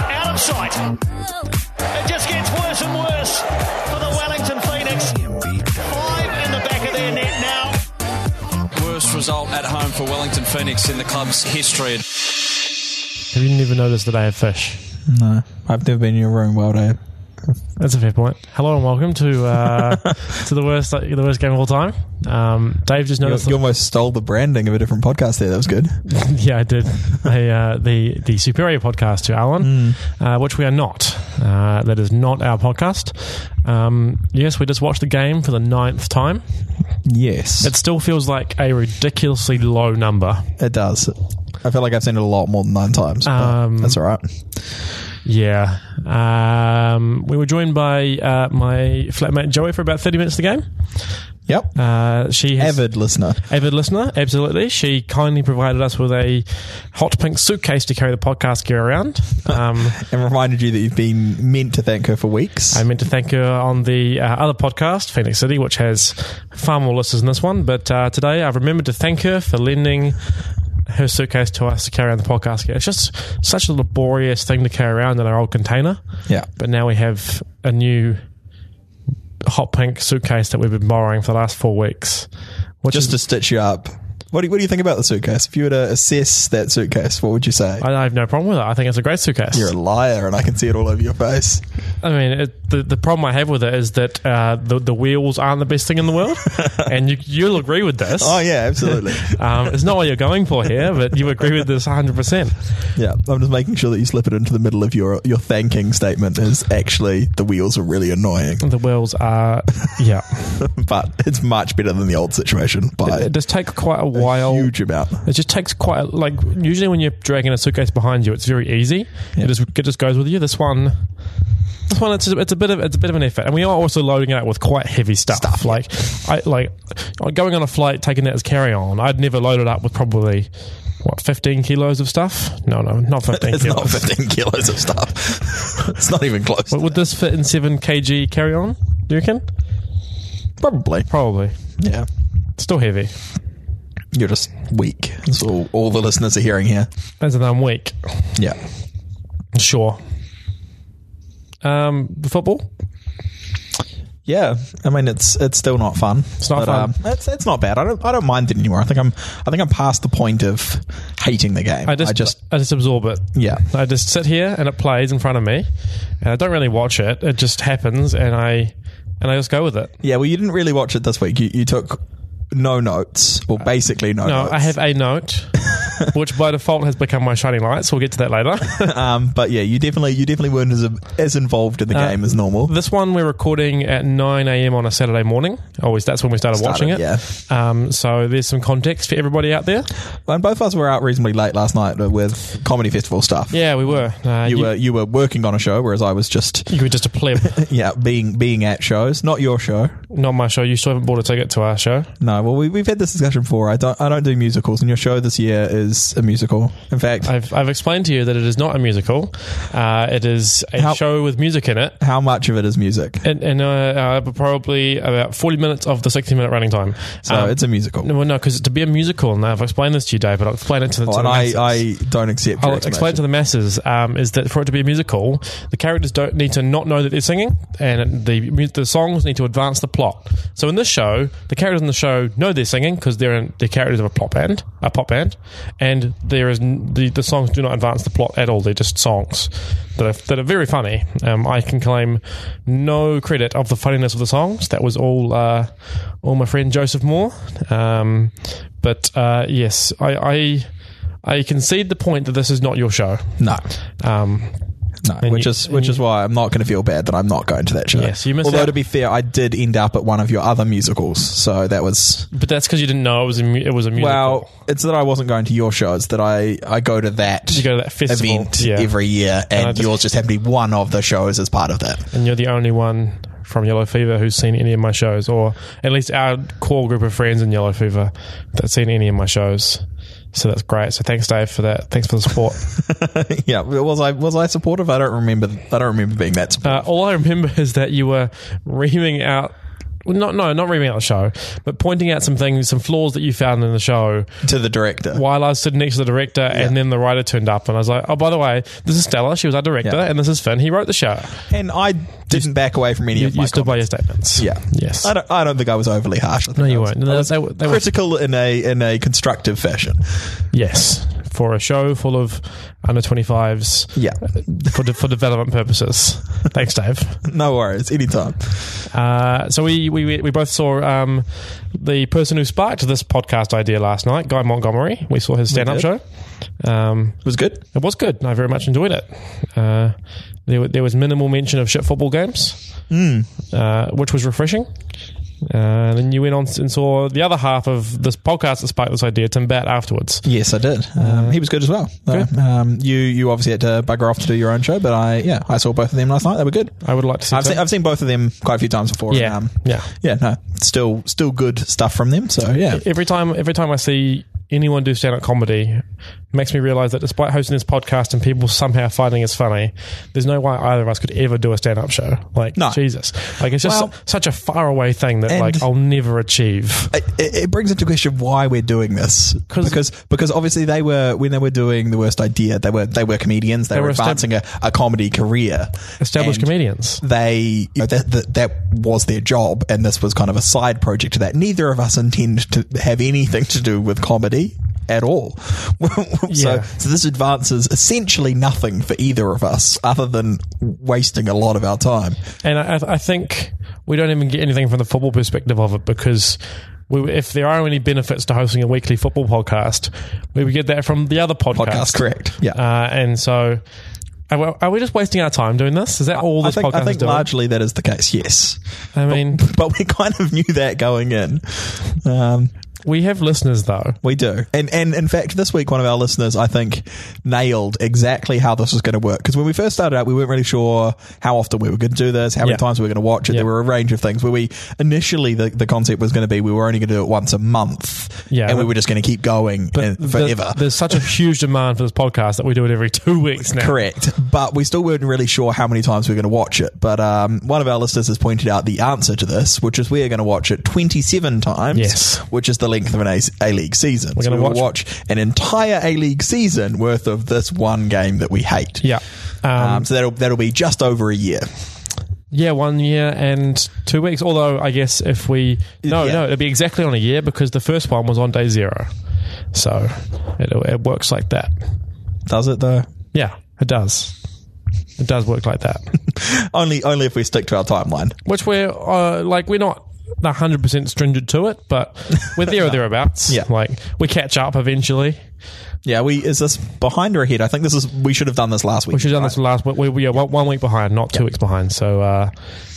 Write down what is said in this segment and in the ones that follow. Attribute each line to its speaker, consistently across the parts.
Speaker 1: right. It just gets worse and worse for the Wellington Phoenix. Five in the back of their net now.
Speaker 2: Worst result at home for Wellington Phoenix in the club's history.
Speaker 3: Have you never noticed that I have fish?
Speaker 4: No, I've never been in your room, well, Dave.
Speaker 3: That's a fair point. Hello and welcome to uh, to the worst like, the worst game of all time. Um, Dave just
Speaker 4: You,
Speaker 3: noticed.
Speaker 4: you almost stole the branding of a different podcast there. That was good.
Speaker 3: yeah, I did. I, uh, the the superior podcast to Alan, uh, which we are not. Uh, that is not our podcast. Um, yes, we just watched the game for the ninth time.
Speaker 4: Yes,
Speaker 3: It still feels like a ridiculously low number.
Speaker 4: it does. I feel like I've seen it a lot more than nine times. but
Speaker 3: Um,
Speaker 4: that's all right.
Speaker 3: Yeah. Um, we were joined by uh, my flatmate Joey for about thirty minutes of the game.
Speaker 4: Yep.
Speaker 3: Uh, she has
Speaker 4: Avid listener.
Speaker 3: avid listener, absolutely. She kindly provided us with a hot pink suitcase to carry the podcast gear around. Um,
Speaker 4: And reminded you that you've been meant to thank her for weeks.
Speaker 3: I meant to thank her on the uh, other podcast, Phoenix City, which has far more listeners than this one. But uh, today I've remembered to thank her for lending her suitcase to us to carry around the podcast gear. It's just such a laborious thing to carry around in our old container.
Speaker 4: yeah.
Speaker 3: But now we have a new hot pink suitcase that we've been borrowing for the last four weeks. Which
Speaker 4: Just
Speaker 3: is-
Speaker 4: to stitch you up. What do, you, what do you think about the suitcase? If you were to assess that suitcase, what would you say?
Speaker 3: I I have no problem with it. I think it's a great suitcase.
Speaker 4: You're a liar, and I can see it all over your face.
Speaker 3: I mean, it, the the problem I have with it is that uh, the the wheels aren't the best thing in the world, and you you'll agree with this.
Speaker 4: Oh yeah, absolutely.
Speaker 3: Um, it's not what you're going for here, but you agree with this 100%.
Speaker 4: yeah, I'm just making sure that you slip it into the middle of your your thanking statement. Is actually the wheels are really annoying,
Speaker 3: The wheels are, yeah.
Speaker 4: but it's much better than the old situation by
Speaker 3: It does take quite a
Speaker 4: a
Speaker 3: while.
Speaker 4: huge amount.
Speaker 3: It just takes quite, a- like, usually when you're dragging a suitcase behind you, it's very easy.
Speaker 4: Yeah.
Speaker 3: It, just, it just goes with you. This one. This one, it's a, it's a bit of it's a bit of an effort, and we are also loading it up with quite heavy stuff. like, I like going on a flight, taking that as carry on. I'd never loaded up with probably what fifteen kilos of stuff. No, no, not fifteen.
Speaker 4: It's
Speaker 3: kilos.
Speaker 4: not 15 kilos of stuff. it's not even close.
Speaker 3: Would this fit in seven kg carry on? Do you reckon?
Speaker 4: Probably.
Speaker 3: Probably.
Speaker 4: Yeah.
Speaker 3: Still heavy.
Speaker 4: You're just weak. That's all, all the listeners are hearing here.
Speaker 3: As in I'm weak.
Speaker 4: Yeah.
Speaker 3: Sure. Um, the football?
Speaker 4: Yeah, I mean it's it's still not fun. It's
Speaker 3: not fun.
Speaker 4: it's, it's not bad. I don't I don't mind it anymore. I think I'm I think I'm past the point of hating the game.
Speaker 3: I just, I just absorb it.
Speaker 4: yeah.
Speaker 3: I just sit here and it plays in front of me, and I don't really watch it. It just happens, and I and I just go with it.
Speaker 4: Yeah, well, you didn't really watch it this week. You, you took no notes, or basically Uh, no,
Speaker 3: No,
Speaker 4: notes.
Speaker 3: I have a note, which by default has become my shining light. So we'll get to that later.
Speaker 4: Um, but yeah, you definitely you definitely weren't as as involved in the
Speaker 3: Uh,
Speaker 4: game as normal.
Speaker 3: this one we're recording at nine a.m. on a Saturday morning. Always that's when we started, watching it.
Speaker 4: Started,
Speaker 3: Um, so there's some context for everybody out there.
Speaker 4: And both of us were out reasonably late last night uh, with comedy festival stuff.
Speaker 3: Yeah, we were. Uh,
Speaker 4: You, were you were working on a show, whereas I was just
Speaker 3: you were just a pleb.
Speaker 4: yeah being being at shows. Not your show.
Speaker 3: Not my show. You still haven't bought a ticket to our show.
Speaker 4: No. Well, we, we've had this discussion before. I don't I don't do musicals, and your show this year is a musical. In fact,
Speaker 3: I've, I've explained to you that it is not a musical. Uh, it is a
Speaker 4: How-
Speaker 3: show with music in it.
Speaker 4: how much of it is music?
Speaker 3: And, and uh, uh, probably about 40 minutes of the 60 minute running time.
Speaker 4: So
Speaker 3: Um,
Speaker 4: it's a musical.
Speaker 3: no, well, no, because to be a musical, and I've explained this to you, Dave, but I'll explain it to the, to
Speaker 4: Oh,
Speaker 3: the
Speaker 4: and I,
Speaker 3: masses.
Speaker 4: I don't accept. your
Speaker 3: I'll explain to the masses um, is that for it to be a musical, the characters don't need to not know that they're singing, and the mu- the songs need to advance the plot. So in this show, the characters in the show know they're singing because they're in, they're characters of a pop band, a pop band, and there is n- the the songs do not advance the plot at all. They're just songs that are that are very funny. Um, I can claim no credit of the funniness of the songs. That was all uh, all my friend Joseph Moore. Um, but uh, yes, I. I I concede the point that this is not your show.
Speaker 4: No.
Speaker 3: Um,
Speaker 4: No,
Speaker 3: And
Speaker 4: which
Speaker 3: you-
Speaker 4: is which
Speaker 3: and
Speaker 4: is why I'm not going to feel bad that I'm not going to that show.
Speaker 3: Yes, you missed
Speaker 4: Although
Speaker 3: out.
Speaker 4: to be fair, I did end up at one of your other musicals, so that was
Speaker 3: but that's because you didn't know it was a mu- it was a musical.
Speaker 4: well. It's that I wasn't going to your show. It's that I I go to that
Speaker 3: You go to that festival,
Speaker 4: event
Speaker 3: yeah.
Speaker 4: every year, and
Speaker 3: I just-
Speaker 4: yours just happened to be one of the shows as part of that.
Speaker 3: and you're the only one from Yellow Fever who's seen any of my shows, or at least our core group of friends in Yellow Fever that's seen any of my shows. So that's great. So thanks, Dave, for that. Thanks for the support.
Speaker 4: yeah, was I was I supportive? I don't remember. I don't remember being that. supportive.
Speaker 3: uh, all I remember is that you were reaming out well, not no, not reaming out the show, but pointing out some things, some flaws that you found in the show
Speaker 4: to the director.
Speaker 3: while I was sitting next to the director, and then the writer turned up, and I was like, "Oh, by the way, this is Stella. She was our director,
Speaker 4: Yeah.
Speaker 3: and this is Finn. He wrote the show.
Speaker 4: And I didn't back away from any
Speaker 3: You,
Speaker 4: of my
Speaker 3: you stood by
Speaker 4: comments.
Speaker 3: your statements.
Speaker 4: Yeah.
Speaker 3: Yes.
Speaker 4: I don't, I don't think I was overly harsh. I think
Speaker 3: No, you
Speaker 4: I was-
Speaker 3: weren't. No,
Speaker 4: I was
Speaker 3: they were- they were-
Speaker 4: critical in a in a constructive fashion.
Speaker 3: Yes. For a show full of under twenty fives.
Speaker 4: Yeah.
Speaker 3: For de- for development purposes. Thanks, Dave.
Speaker 4: No worries. Anytime.
Speaker 3: Uh, so we, we we both saw um, the person who sparked this podcast idea last night, Guy Montgomery. We saw his stand up
Speaker 4: did.
Speaker 3: show. Um,
Speaker 4: Was good.
Speaker 3: it was good. and I very much enjoyed it. Uh, there, wa- there was minimal mention of shit football games,
Speaker 4: Hmm.
Speaker 3: uh, which was refreshing. Uh, and then you went on and saw the other half of this podcast that sparked this idea, Tim Bat, afterwards.
Speaker 4: Yes, I did. Um, he was good as well. Uh, Um, you you obviously had to bugger off to do your own show, but I yeah I saw both of them last night. They were good.
Speaker 3: I would like to see.
Speaker 4: I've
Speaker 3: Tim-
Speaker 4: seen, I've seen both of them quite a few times before.
Speaker 3: yeah,
Speaker 4: and, um,
Speaker 3: yeah.
Speaker 4: yeah. No, still still good stuff from them. So yeah,
Speaker 3: Every time, every time I see anyone do stand-up comedy, it makes me realize that despite hosting this podcast and people somehow finding it's funny, there's no way either of us could ever do a stand-up show. Like
Speaker 4: No.
Speaker 3: Jesus, like it's just
Speaker 4: Well-
Speaker 3: su- such a faraway thing that
Speaker 4: And-
Speaker 3: like I'll never achieve.
Speaker 4: it, it it brings into question why we're doing this
Speaker 3: 'Cause-
Speaker 4: because because obviously they were when they were doing the worst idea they were they were comedians they,
Speaker 3: They
Speaker 4: were
Speaker 3: were estab-
Speaker 4: advancing a, a comedy career
Speaker 3: Established
Speaker 4: And
Speaker 3: comedians.
Speaker 4: they you know, that, that that was their job and this was kind of a side project to that neither of us intend to have anything to do with comedy at all so
Speaker 3: Yeah.
Speaker 4: so this advances essentially nothing for either of us other than wasting a lot of our time
Speaker 3: And I, I- I think we don't even get anything from the football perspective of it because we, if there are any benefits to hosting a weekly football podcast, we would get that from the other podcast.
Speaker 4: podcast correct yeah
Speaker 3: Uh, and so, are we, are we just wasting our time doing this? Is that all
Speaker 4: I
Speaker 3: this
Speaker 4: think,
Speaker 3: podcast
Speaker 4: I
Speaker 3: is
Speaker 4: think
Speaker 3: doing?
Speaker 4: largely that is the case yes
Speaker 3: I mean,
Speaker 4: but we kind of knew that going in. Um,
Speaker 3: we have listeners though.
Speaker 4: we do, and and in fact, this week one of our listeners, I think, nailed exactly how this was going to work. Because when we first started out, we weren't really sure how often we were going to do this, how many
Speaker 3: Yeah.
Speaker 4: times we were going to watch it.
Speaker 3: Yeah.
Speaker 4: There were a range of things where we initially the, the concept was going to be we were only going to do it once a month,
Speaker 3: Yeah,
Speaker 4: and we
Speaker 3: but-
Speaker 4: were just going to keep going and
Speaker 3: the-
Speaker 4: forever.
Speaker 3: there's such a huge demand for this podcast that we do it every two weeks now.
Speaker 4: Correct, but we still weren't really sure how many times we were going to watch it. But um, one of our listeners has pointed out the answer to this, which is we are going to watch it 27 times,
Speaker 3: Yes.
Speaker 4: which is the length of an A A League season. We're
Speaker 3: gonna
Speaker 4: we will
Speaker 3: watch-
Speaker 4: watch an entire A League season worth of this one game that we hate.
Speaker 3: Yeah. Um,
Speaker 4: Um, so that'll that'll be just over a year.
Speaker 3: yeah, one year and two weeks. Although I guess if we no,
Speaker 4: Yeah.
Speaker 3: no, it'll be exactly on a year because the first one was on day zero, so it it works like that.
Speaker 4: Does it though?
Speaker 3: Yeah, it does. It does work like that.
Speaker 4: Only only if we stick to our timeline.
Speaker 3: Which we're uh, like we're not. 100% stringent to it, but we're there or thereabouts.
Speaker 4: Yeah.
Speaker 3: Like, we catch up eventually.
Speaker 4: Yeah, we is this behind or ahead? I think this is we should have done this last week.
Speaker 3: We should have done this last week. We, we are one- one week behind, not two weeks behind. So, uh,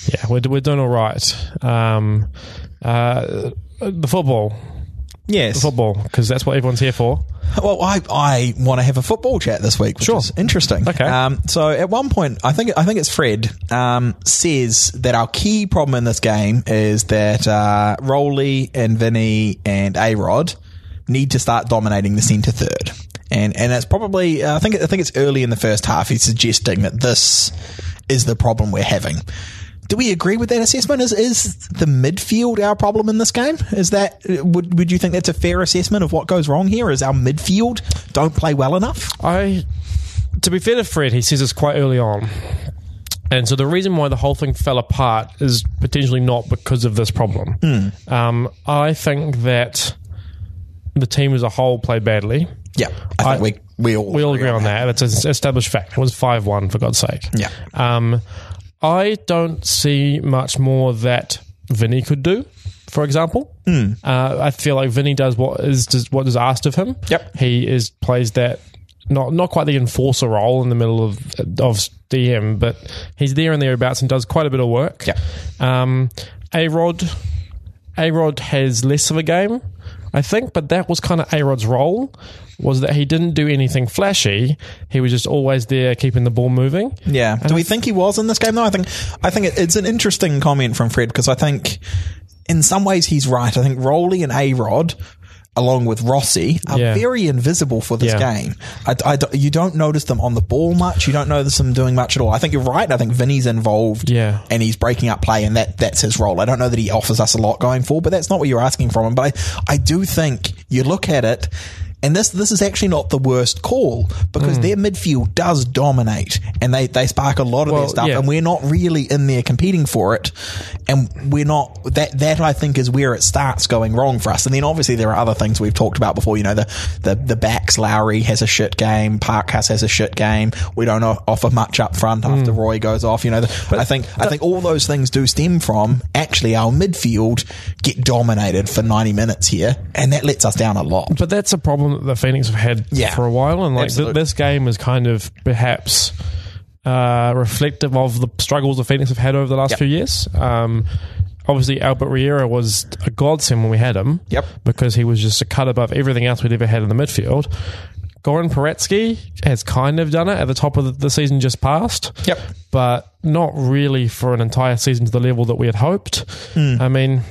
Speaker 3: yeah, we're, we're doing all right. Um, uh, the football,
Speaker 4: Yes.
Speaker 3: football, because that's what everyone's here for.
Speaker 4: Well, I, I want to have a football chat this week, which
Speaker 3: Sure.
Speaker 4: is interesting.
Speaker 3: Okay.
Speaker 4: Um, so at one point, I think I think it's Fred um, says that our key problem in this game is that uh, Rowley and Vinny and A Rod need to start dominating the centre third, and and that's probably uh, I think I think it's early in the first half. He's suggesting that this is the problem we're having. Do we agree with that assessment? Is is the midfield our problem in this game? Is that would would you think that's a fair assessment of what goes wrong here? Is our midfield don't play well enough?
Speaker 3: I, to be fair to Fred, he says this quite early on. And so the reason why the whole thing fell apart is potentially not because of this problem. Um, I think that the team as a whole played badly.
Speaker 4: Yeah, I think
Speaker 3: I-
Speaker 4: we we all
Speaker 3: We all agree on that. It's an established fact. It was 5 1, for God's sake.
Speaker 4: Yeah,
Speaker 3: Um, I don't see much more that Vinny could do. For example, uh, I feel like Vinny does what is does what is asked of him.
Speaker 4: Yep.
Speaker 3: he is plays that not not quite the enforcer role in the middle of of DM, but he's there and thereabouts and does quite a bit of work.
Speaker 4: Yep.
Speaker 3: Um, a Rod, A Rod has less of a game, I think, but that was kind of A Rod's role. Was that he didn't do anything flashy? He was just always there, keeping the ball moving.
Speaker 4: yeah. Do we think he was in this game though? I think I think it, it's an interesting comment from Fred because I think in some ways he's right. I think Rowley and A Rod along with Rossi, are
Speaker 3: Yeah.
Speaker 4: very invisible for this
Speaker 3: Yeah.
Speaker 4: game. I, I don't- you don't notice them on the ball much. You don't notice them doing much at all. I think you're right. I think Vinny's involved
Speaker 3: Yeah.
Speaker 4: and he's breaking up play, and that, that's his role. I don't know that he offers us a lot going forward, but that's not what you're asking from him. But I, I do think you look at it. And this this is actually not the worst call because their midfield does dominate and they, they spark a lot of
Speaker 3: Well,
Speaker 4: their stuff
Speaker 3: yeah.
Speaker 4: and we're not really in there competing for it and we're not that that I think is where it starts going wrong for us and then obviously there are other things we've talked about before you know the the, the backs Lowry has a shit game Parkhouse has a shit game we don't o- offer much up front after
Speaker 3: Hmm.
Speaker 4: Roy goes off you know the, I think I think all those things do stem from actually our midfield get dominated for 90 minutes here and that lets us down a lot
Speaker 3: But that's a problem that the Phoenix have had
Speaker 4: Yeah.
Speaker 3: for a while, and like th-
Speaker 4: Absolutely.
Speaker 3: this game is kind of perhaps uh, reflective of the struggles the Phoenix have had over the last
Speaker 4: Yep.
Speaker 3: few years. Um, obviously, Albert Riera was a godsend when we had him,
Speaker 4: Yep.
Speaker 3: because he was just a cut above everything else we'd ever had in the midfield. Goran Paretsky has kind of done it at the top of the, the season just passed.
Speaker 4: Yep.
Speaker 3: But not really for an entire season to the level that we had hoped.
Speaker 4: Hmm.
Speaker 3: I mean,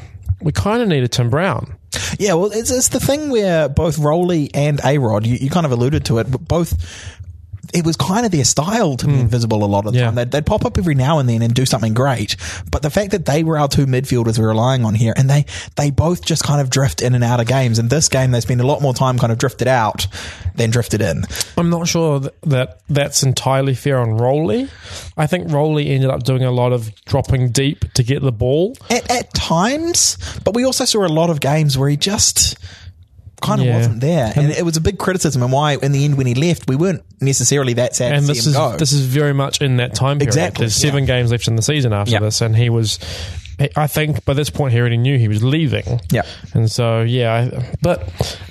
Speaker 3: we kind of needed Tim Brown.
Speaker 4: Yeah, well, it's, it's the thing where both Rowley and A Rod, you, you kind of alluded to it, but both. It was kind of their style to be invisible a lot of
Speaker 3: Hmm.
Speaker 4: the
Speaker 3: Yeah.
Speaker 4: time. They'd, they'd pop up every now and then and do something great. But the fact that they were our two midfielders we were relying on here, and they, they both just kind of drift in and out of games. In this game, they spend a lot more time kind of drifted out than drifted in.
Speaker 3: I'm not sure th- that that's entirely fair on Rowley. I think Rowley ended up doing a lot of dropping deep to get the ball.
Speaker 4: At, at times, but we also saw a lot of games where he just kind of
Speaker 3: Yeah.
Speaker 4: wasn't there. And, it was a big criticism and why, in the end, when he left, we weren't necessarily that sad
Speaker 3: And
Speaker 4: to
Speaker 3: this
Speaker 4: see
Speaker 3: is
Speaker 4: him go.
Speaker 3: this is very much in that time period.
Speaker 4: Exactly,
Speaker 3: There's seven
Speaker 4: yeah.
Speaker 3: games left in the season after
Speaker 4: Yeah.
Speaker 3: this, and he was. he- I think by this point he already knew he was leaving.
Speaker 4: Yeah.
Speaker 3: and so yeah, I, but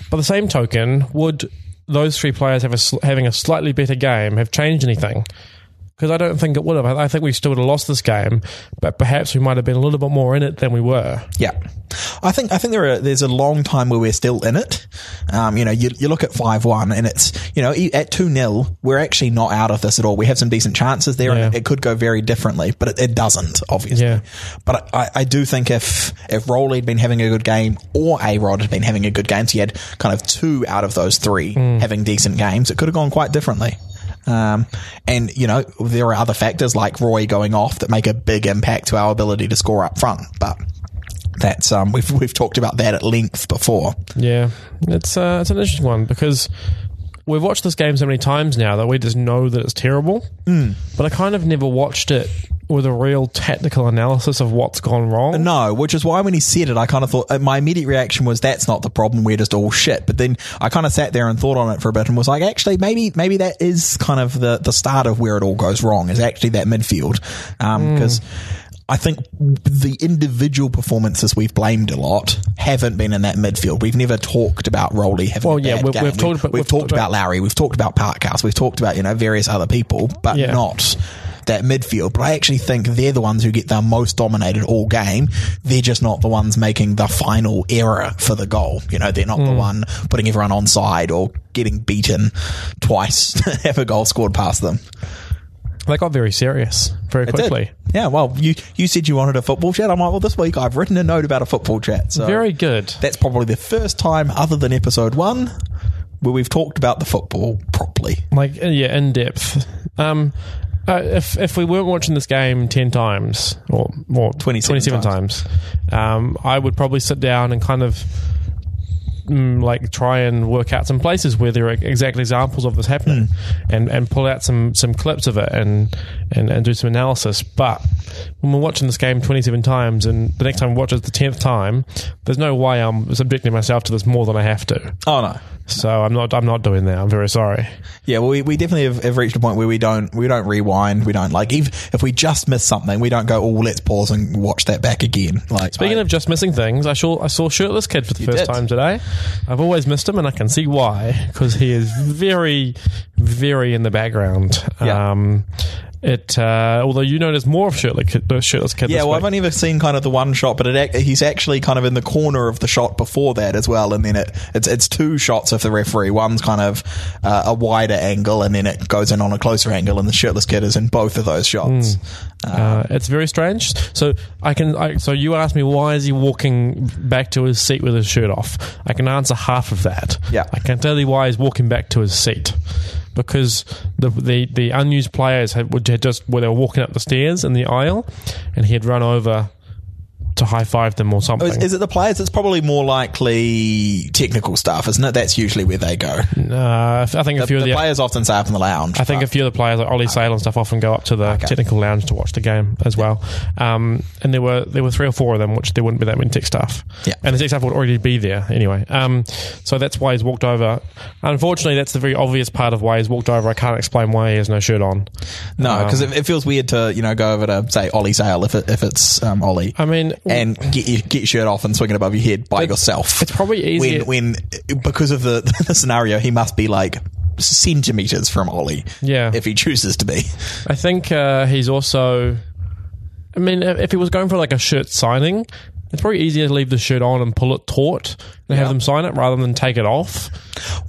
Speaker 3: by the same token, would those three players have a, sl- having a slightly better game have changed anything? Because I don't think it would have. I, I think we still would have lost this game, but perhaps we might have been a little bit more in it than we were.
Speaker 4: Yeah, I think I think there are there's a long time where we're still in it. Um, you know, you, you look at five one, and it's you know e- at two 0 we're actually not out of this at all. We have some decent chances there, and
Speaker 3: Yeah.
Speaker 4: it could go very differently, but it, it doesn't obviously.
Speaker 3: Yeah.
Speaker 4: But I, I do think if if Rowley had been having a good game, or A Rod had been having a good game, so you had kind of two out of those three having decent games, it could have gone quite differently. Um, and you know there are other factors like Roy going off that make a big impact to our ability to score up front, but that's um we've we've talked about that at length before.
Speaker 3: Yeah, it's uh, it's an interesting one because we've watched this game so many times now that we just know that it's terrible.
Speaker 4: Hmm.
Speaker 3: Mm. But I kind of never watched it with a real technical analysis of what's gone wrong.
Speaker 4: No, which is why when he said it, I kind of thought uh, my immediate reaction was that's not the problem. We're just all shit. But then I kind of sat there and thought on it for a bit and was like, actually, maybe maybe that is kind of the the start of where it all goes wrong is actually that midfield
Speaker 3: Hmm.
Speaker 4: because. I think the individual performances we've blamed a lot haven't been in that midfield. We've never talked about Rowley having
Speaker 3: Well,
Speaker 4: a
Speaker 3: yeah,
Speaker 4: bad
Speaker 3: we've-
Speaker 4: game.
Speaker 3: we've talked about- we've
Speaker 4: talked
Speaker 3: talked
Speaker 4: about Lowry. We've talked about Parkhouse. We've talked about you know various other people, but
Speaker 3: Yeah.
Speaker 4: not that midfield. But I actually think they're the ones who get the most dominated all game. They're just not the ones making the final error for the goal. You know, they're not
Speaker 3: Hmm.
Speaker 4: the one putting everyone on side or getting beaten twice to have a goal scored past them.
Speaker 3: They got very serious very
Speaker 4: It did.
Speaker 3: quickly.
Speaker 4: Yeah, well, you, you said you wanted a football chat. I'm like, well, this week I've written a note about a football chat. So
Speaker 3: Very good.
Speaker 4: that's probably the first time, other than episode one, where we've talked about the football properly.
Speaker 3: like uh, yeah, in depth. Um, uh, if if we weren't watching this game ten times or or
Speaker 4: 27
Speaker 3: times, um, I would probably sit down and kind of. Mm, like try and work out some places where there are exact examples of this happening, and and pull out some some clips of it and and and do some analysis. But when we're watching this game twenty seven times, and the next time we watch it the tenth time, there's no way I'm subjecting myself to this more than I have to.
Speaker 4: Oh no,
Speaker 3: So I'm not I'm not doing that. I'm very sorry.
Speaker 4: Yeah, well, we, we definitely have, have reached a point where we don't we don't rewind. We don't like even if we just miss something, we don't go. Oh, let's pause and watch that back again. Like
Speaker 3: Speaking
Speaker 4: I-
Speaker 3: of just missing things, I saw I saw shirtless kid for the first
Speaker 4: did.
Speaker 3: time today. I've always missed him, and I can see why because he is very, very in the background.
Speaker 4: Yeah.
Speaker 3: Um, It uh, although you notice more of shirtless kid, the shirtless kid.
Speaker 4: Yeah,
Speaker 3: this
Speaker 4: well,
Speaker 3: week.
Speaker 4: I've only ever seen kind of the one shot, but it ac- he's actually kind of in the corner of the shot before that as well, and then it it's it's two shots of the referee. One's kind of uh, a wider angle, and then it goes in on a closer angle, and the shirtless kid is in both of those shots.
Speaker 3: Uh, it's very strange. So I can. I, so you asked me why is he walking back to his seat with his shirt off? I can answer half of that.
Speaker 4: Yeah.
Speaker 3: I can tell you why he's walking back to his seat because the the, the unused players had, would- had just where they were walking up the stairs in the aisle, and he had run over to high five them or something.
Speaker 4: Oh, Is, is it the players? It's probably more likely technical stuff, isn't it? That's usually where they go.
Speaker 3: uh, I think a
Speaker 4: The,
Speaker 3: few of
Speaker 4: the
Speaker 3: the.
Speaker 4: players often stay up in the lounge.
Speaker 3: I think a few of the players like Ollie Sale and stuff often go up to the technical lounge to watch the game as well. Um, and there were there were three or four of them, which there wouldn't be that many tech staff.
Speaker 4: Yeah.
Speaker 3: And the tech staff would already be there anyway. Um, so that's why he's walked over. Unfortunately, that's the very obvious part of why he's walked over. I can't explain why he has no shirt on.
Speaker 4: no, because
Speaker 3: Um,
Speaker 4: it, it feels weird to you know go over to say Ollie Sale if it, if it's um, Ollie.
Speaker 3: I mean,
Speaker 4: and get your, get your shirt off and swing it above your head by yourself.
Speaker 3: it's probably easier-
Speaker 4: when when because of the, the scenario he must be like centimeters from Ollie.
Speaker 3: Yeah.
Speaker 4: if he chooses to be.
Speaker 3: I think uh, he's also. I mean, if if he was going for like a shirt signing, it's probably easier to leave the shirt on and pull it taut and have them sign it rather than take it off.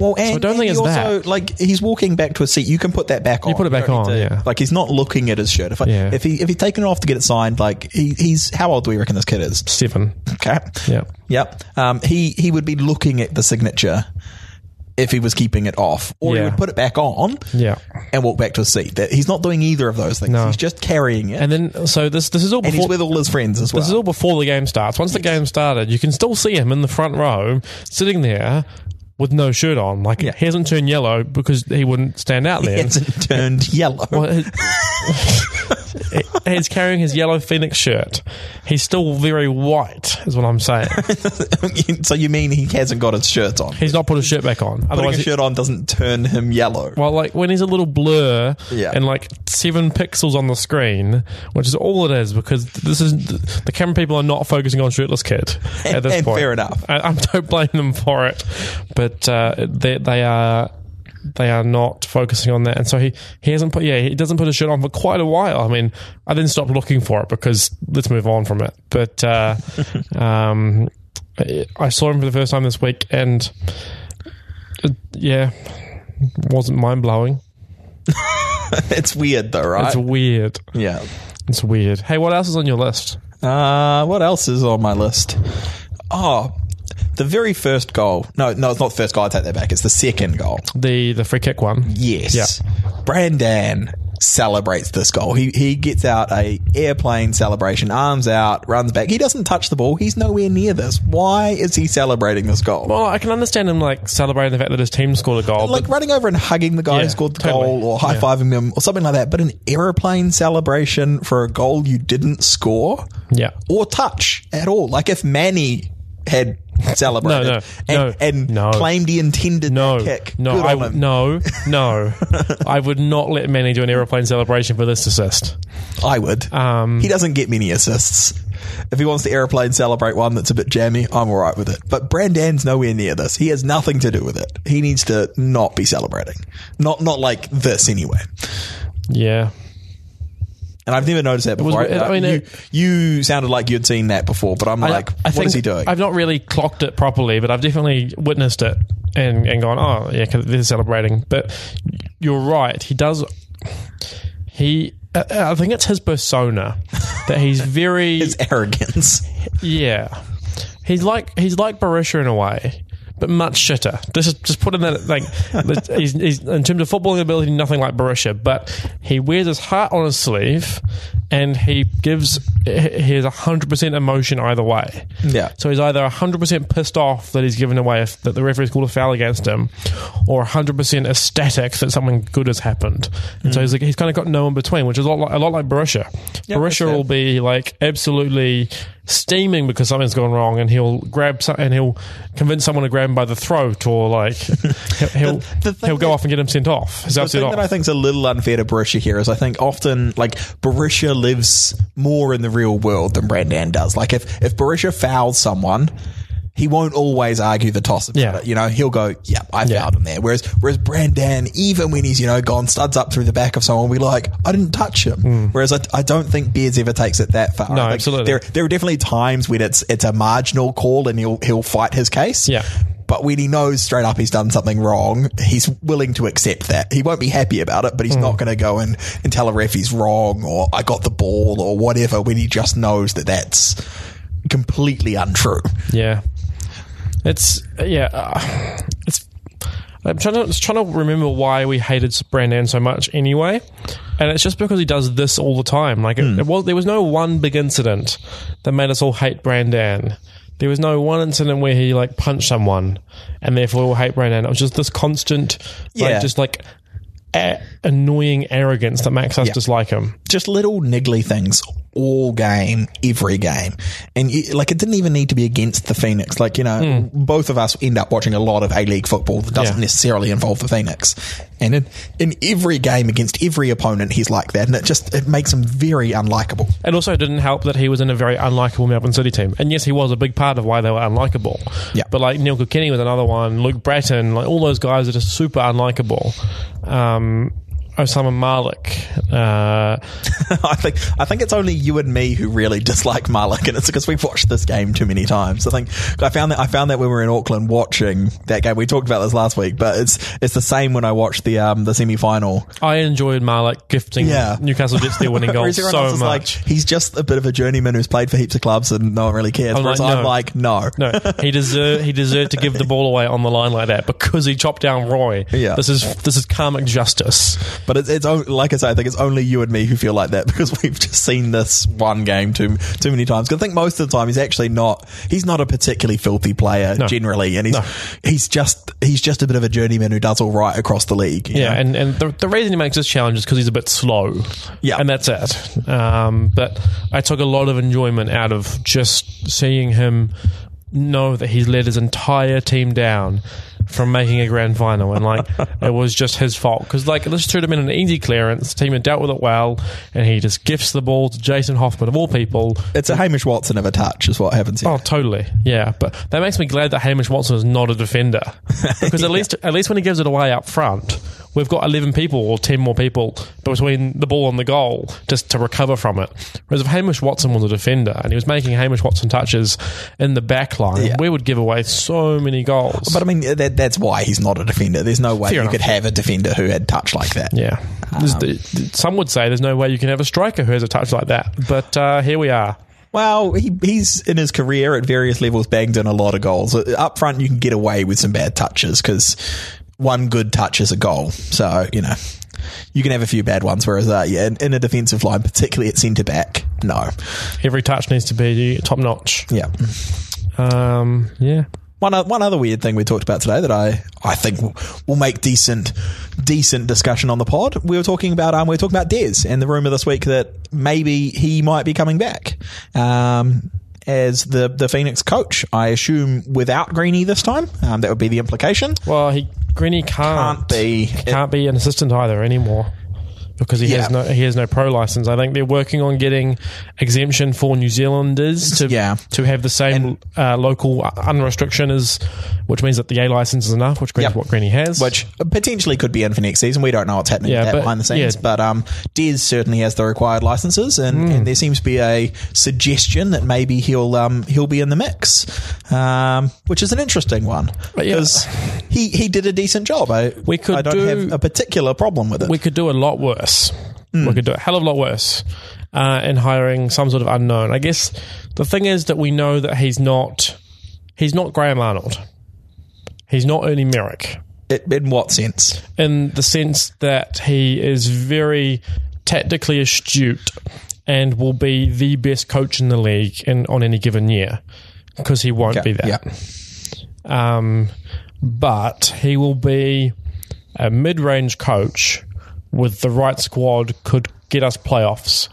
Speaker 4: Well, and
Speaker 3: don't
Speaker 4: and
Speaker 3: think
Speaker 4: he
Speaker 3: it's
Speaker 4: also, Like he's walking back to a seat. You can put that back on. You
Speaker 3: put it back
Speaker 4: don't need
Speaker 3: on,
Speaker 4: to-
Speaker 3: yeah.
Speaker 4: like he's not looking at his shirt. If I,
Speaker 3: Yeah.
Speaker 4: if he if he's taken it off to get it signed, like he, he's how old do we reckon this kid is?
Speaker 3: Seven.
Speaker 4: Okay.
Speaker 3: Yeah.
Speaker 4: Yep. Um, he he would be looking at the signature if he was keeping it off, or
Speaker 3: Yeah.
Speaker 4: he would put it back on.
Speaker 3: Yeah.
Speaker 4: and walk back to his seat. That he's not doing either of those things.
Speaker 3: No.
Speaker 4: He's just carrying it, and,
Speaker 3: And then, so this this is all
Speaker 4: he's
Speaker 3: before,
Speaker 4: with all his friends as well.
Speaker 3: this is all before the game starts. Once the game started, you can still see him in the front row, sitting there with no shirt on. Like
Speaker 4: Yeah.
Speaker 3: he hasn't turned yellow because he wouldn't stand out
Speaker 4: He
Speaker 3: there.
Speaker 4: hasn't turned yellow.
Speaker 3: Well, he- he's carrying his yellow phoenix shirt. He's still very white, is what I'm saying.
Speaker 4: so you mean he hasn't got his shirt on?
Speaker 3: He's not put his shirt back on.
Speaker 4: Putting
Speaker 3: Otherwise,
Speaker 4: a
Speaker 3: he-
Speaker 4: shirt on doesn't turn him yellow.
Speaker 3: well, like when he's a little blur
Speaker 4: Yeah.
Speaker 3: and like seven pixels on the screen, which is all it is, because this is the camera people are not focusing on shirtless kid at this
Speaker 4: And
Speaker 3: point.
Speaker 4: fair enough.
Speaker 3: I, I don't blame them for it, but uh, they, they are they are not focusing on that, and so he, he hasn't put yeah he doesn't put his shirt on for quite a while. I mean, I then stopped looking for it because let's move on from it. But uh, um, I- I saw him for the first time this week, and uh, yeah, wasn't mind blowing.
Speaker 4: it's weird though, right?
Speaker 3: It's weird.
Speaker 4: yeah.
Speaker 3: It's weird. Hey, what else is on your list?
Speaker 4: Uh, what else is on my list? Oh, the very first goal. No, no, it's not the first goal. I take that back. It's the second goal.
Speaker 3: The the free kick one.
Speaker 4: Yes. Brandan celebrates this goal. He he gets out a airplane celebration, arms out, runs back. He doesn't touch the ball. He's nowhere near this. Why is he celebrating this goal?
Speaker 3: Well, I can understand him like celebrating the fact that his team scored a goal,
Speaker 4: like
Speaker 3: but
Speaker 4: running over and hugging the guy
Speaker 3: Yeah,
Speaker 4: who scored the
Speaker 3: totally.
Speaker 4: goal or
Speaker 3: Yeah.
Speaker 4: high fiving him or something like that, but an airplane celebration for a goal you didn't score
Speaker 3: Yeah.
Speaker 4: or touch at all. Like if Manny had celebrated
Speaker 3: No, no,
Speaker 4: and,
Speaker 3: no,
Speaker 4: and
Speaker 3: no.
Speaker 4: claimed he intended
Speaker 3: No,
Speaker 4: that kick.
Speaker 3: no,
Speaker 4: Good
Speaker 3: I
Speaker 4: on
Speaker 3: w-
Speaker 4: him.
Speaker 3: no, no. I would not let Manny do an aeroplane celebration for this assist.
Speaker 4: I would.
Speaker 3: Um,
Speaker 4: he doesn't get many assists. If he wants to airplane celebrate one that's a bit jammy, I'm all right with it. But Brandan's nowhere near this. He has nothing to do with it. He needs to not be celebrating. Not not like this anyway.
Speaker 3: Yeah,
Speaker 4: And I've never noticed that
Speaker 3: was-
Speaker 4: before. Uh,
Speaker 3: I mean,
Speaker 4: you,
Speaker 3: it-
Speaker 4: you sounded like you'd seen that before, but I'm like, what is he doing?
Speaker 3: I've not really clocked it properly, but I've definitely witnessed it and and gone, oh yeah, 'cause they're celebrating. But you're right. He does. He, uh, I think it's his persona that he's very
Speaker 4: His arrogance.
Speaker 3: Yeah, he's like he's like Barisha in a way, but much shitter. This is just put in that like he's, he's in terms of footballing ability, nothing like Barisha, but he wears his heart on his sleeve, and he gives he has hundred percent emotion either way.
Speaker 4: Yeah.
Speaker 3: So he's either hundred percent pissed off that he's given away if, that the referee's called a foul against him, or hundred percent ecstatic that something good has happened. And so he's like he's kind of got no in between, which is a lot like, a lot like Barisha.
Speaker 4: that's
Speaker 3: Barisha
Speaker 4: it.
Speaker 3: will be like absolutely steaming because something's gone wrong, and he'll grab some, and he'll convince someone to grab him by the throat, or like he'll he'll,
Speaker 4: the thing
Speaker 3: he'll go
Speaker 4: that-
Speaker 3: off and get him sent off. He's
Speaker 4: The
Speaker 3: upset
Speaker 4: thing
Speaker 3: off.
Speaker 4: that I think is a little unfair to Barisha here is I think often like Barisha lives more in the real world than Brandan does. Like if if Barisha fouls someone, he won't always argue the toss about
Speaker 3: Yeah.
Speaker 4: it. You know, he'll go, "Yeah, I
Speaker 3: Yeah.
Speaker 4: fouled him there." Whereas, whereas Brandan, even when he's you know gone studs up through the back of someone, we like, "I didn't touch him." Whereas I, I don't think Beards ever takes it that far. I think
Speaker 3: Hmm. absolutely.
Speaker 4: There, there are definitely times when it's it's a marginal call and he'll he'll fight his case.
Speaker 3: Yeah.
Speaker 4: But when he knows straight up he's done something wrong, he's willing to accept that. He won't be happy about it, but he's not going to go and, and tell a ref he's wrong or I got the ball or whatever when he just knows that that's completely untrue.
Speaker 3: Yeah, it's yeah, uh, it's. I'm trying to just trying to remember why we hated Brandan so much anyway, and it's just because he does this all the time. Like it,
Speaker 4: Hmm.
Speaker 3: it was, there was no one big incident that made us all hate Brandan. There was no one incident where he like punched someone, and therefore we all hate Brandan. It was just this constant,
Speaker 4: Yeah.
Speaker 3: like, just like a- annoying arrogance that makes us
Speaker 4: Yeah.
Speaker 3: dislike him.
Speaker 4: Just little niggly things all game, every game. And you, like it didn't even need to be against the Phoenix. Like, you know, both of us end up watching a lot of A League football that doesn't
Speaker 3: Yeah.
Speaker 4: necessarily involve the Phoenix. And in, in every game against every opponent, he's like that. And it just, it makes him very unlikable.
Speaker 3: And also, it didn't help that he was in a very unlikable Melbourne City team. And yes, he was a big part of why they were unlikable.
Speaker 4: Yeah.
Speaker 3: But like Neil Kilkenny was another one, Luke Bratton, like all those guys that are super unlikable. Um, Osama Malik. Uh,
Speaker 4: I think I think it's only you and me who really dislike Malik, and it's because we've watched this game too many times. I think I found that I found that when we were in Auckland watching that game, we talked about this last week, but it's it's the same when I watched the um the semi final.
Speaker 3: I enjoyed Malik gifting
Speaker 4: Yeah.
Speaker 3: Newcastle Jets their winning goal so much.
Speaker 4: like he's just a bit of a journeyman who's played for heaps of clubs and no one really cares.
Speaker 3: I'm
Speaker 4: Whereas
Speaker 3: like,
Speaker 4: I'm
Speaker 3: no.
Speaker 4: like, no,
Speaker 3: No, he deserved he deserved to give the ball away on the line like that because he chopped down Roy.
Speaker 4: Yeah.
Speaker 3: This is this is karmic justice.
Speaker 4: But it's, it's on- like I say, I think it's only you and me who feel like that because we've just seen this one game too too many times. 'Cause I think most of the time he's actually not he's not a particularly filthy player
Speaker 3: No.
Speaker 4: generally, and he's
Speaker 3: No.
Speaker 4: he's just he's just a bit of a journeyman who does all right across the league. you
Speaker 3: Yeah,
Speaker 4: know?
Speaker 3: and, and the, the reason he makes this challenge is because he's a bit slow.
Speaker 4: Yeah.
Speaker 3: And that's it. Um, but I took a lot of enjoyment out of just seeing him know that he's let his entire team down from making a grand final. And, like, it was just his fault. Because, like, this threw him in an easy clearance. The team had dealt with it well. And he just gifts the ball to Jason Hoffman, of all people.
Speaker 4: it's a Hamish Watson of a touch, is what happens. Here.
Speaker 3: Oh, totally. Yeah, but that makes me glad that Hamish Watson is not a defender because at least at least when he gives it away up front, we've got eleven people or ten more people between the ball and the goal just to recover from it. Whereas if Hamish Watson was a defender and he was making Hamish Watson touches in the back line,
Speaker 4: Yeah.
Speaker 3: we would give away so many goals.
Speaker 4: But I mean, that, that's why he's not a defender. There's no way
Speaker 3: Fair
Speaker 4: you
Speaker 3: enough.
Speaker 4: could have a defender who had touch like that.
Speaker 3: yeah, There's
Speaker 4: um,
Speaker 3: the- some would say there's no way you can have a striker who has a touch like that. But uh, here we are.
Speaker 4: Well, he, he's in his career at various levels banged in a lot of goals. Up front, you can get away with some bad touches because one good touch is a goal. So, you know, you can have a few bad ones. Whereas, uh, yeah, in, in a defensive line, particularly at centre back, no.
Speaker 3: Every touch needs to be top notch.
Speaker 4: Yeah. mm-hmm.
Speaker 3: Um, yeah.
Speaker 4: One, o- one other weird thing we talked about today that I, I think will, will make decent decent discussion on the pod. We were talking about um we were talking about Dez and the rumor this week that maybe he might be coming back um, as the the Phoenix coach. I assume without Greeny this time. Um, that would be the implication.
Speaker 3: Well, he Greeny can't,
Speaker 4: Can't be.
Speaker 3: He can't be an assistant either anymore because he has no
Speaker 4: Yeah.
Speaker 3: he has no pro license. I think they're working on getting exemption for New Zealanders to
Speaker 4: Yeah.
Speaker 3: to have the same uh, local unrestriction as, which means that the A license is enough, which Green's
Speaker 4: Yep.
Speaker 3: what Greeny has.
Speaker 4: Which potentially could be in for next season. We don't know what's happening
Speaker 3: Yeah,
Speaker 4: with that
Speaker 3: but-
Speaker 4: behind the scenes.
Speaker 3: yeah. Hmm.
Speaker 4: But um, Dez certainly has the required licenses, and, and there seems to be a suggestion that maybe he'll um, he'll be in the mix, um, which is an interesting one
Speaker 3: But yeah.
Speaker 4: because he, he did a decent job. I
Speaker 3: We could
Speaker 4: I don't
Speaker 3: do-
Speaker 4: have a particular problem with it.
Speaker 3: we could do a lot worse.
Speaker 4: Hmm.
Speaker 3: We could do a hell of a lot worse uh, in hiring some sort of unknown. I guess the thing is that we know that he's not he's not Graham Arnold. He's not Ernie Merrick.
Speaker 4: I- in what sense?
Speaker 3: in the sense that he is very tactically astute and will be the best coach in the league in, on any given year because he won't be that.
Speaker 4: Yeah.
Speaker 3: Um, but he will be a mid range coach with the right squad, could get us playoffs.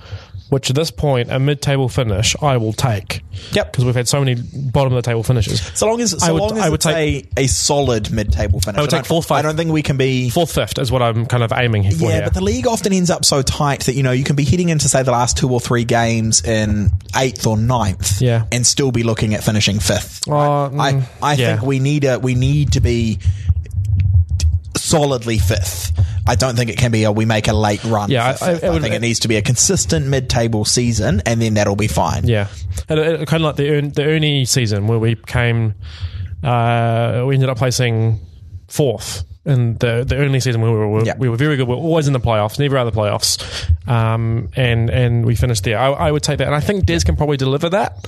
Speaker 3: which at this point, a mid-table finish, I will take.
Speaker 4: Yep.
Speaker 3: Because we've had so many bottom-of-the-table finishes.
Speaker 4: So long as, so
Speaker 3: I would-
Speaker 4: long as
Speaker 3: I would
Speaker 4: it's a, a solid mid-table finish. I
Speaker 3: would
Speaker 4: don't-
Speaker 3: take fourth, fifth.
Speaker 4: I don't think we can be
Speaker 3: Fourth, fifth is what I'm kind of aiming here for
Speaker 4: Yeah,
Speaker 3: here.
Speaker 4: but the league often ends up so tight that you know you can be heading into say the last two or three games in eighth or ninth,
Speaker 3: Yeah.
Speaker 4: and still be looking at finishing fifth.
Speaker 3: Uh, mm,
Speaker 4: I I
Speaker 3: yeah.
Speaker 4: think we need a we need to be solidly fifth. I don't think it can be a we make a late run.
Speaker 3: Yeah,
Speaker 4: for
Speaker 3: I- I-
Speaker 4: fifth.
Speaker 3: it
Speaker 4: I,
Speaker 3: would-
Speaker 4: think it, needs to be a consistent mid-table season, and then that'll be fine.
Speaker 3: Yeah, and it, kind of like the Ern- the Ernie season where we came, uh, we ended up placing fourth in the the Ernie season where we were
Speaker 4: Yeah.
Speaker 3: we were very good. We were always in the playoffs, never out of the playoffs, um, and and we finished there. I, I would take that, and I think Des can probably deliver that.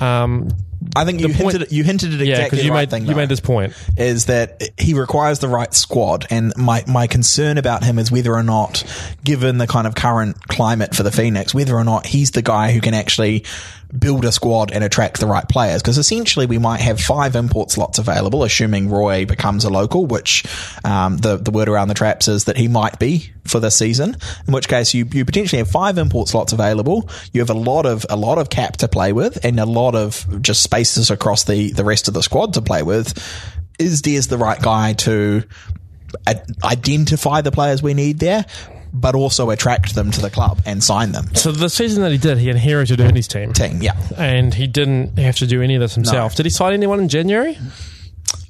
Speaker 3: Um,
Speaker 4: I think you
Speaker 3: point-
Speaker 4: hinted it- you hinted at
Speaker 3: yeah,
Speaker 4: exactly
Speaker 3: because
Speaker 4: the
Speaker 3: you
Speaker 4: right
Speaker 3: made
Speaker 4: thing.
Speaker 3: you
Speaker 4: though.
Speaker 3: made this point.
Speaker 4: is that he requires the right squad. And my, my concern about him is whether or not, given the kind of current climate for the Phoenix, whether or not he's the guy who can actually build a squad and attract the right players. Because essentially, we might have five import slots available, assuming Roy becomes a local, which um, the, the word around the traps is that he might be for this season. In which case, you, you potentially have five import slots available. You have a lot of a lot of cap to play with, and a lot of just spaces across the the rest of the squad to play with is Diaz the right guy to ad- identify the players we need there, but also attract them to the club and sign them?
Speaker 3: So the season that he did, he inherited Ernie's team,
Speaker 4: Team, yeah.
Speaker 3: and he didn't have to do any of this himself. Did he sign anyone in January?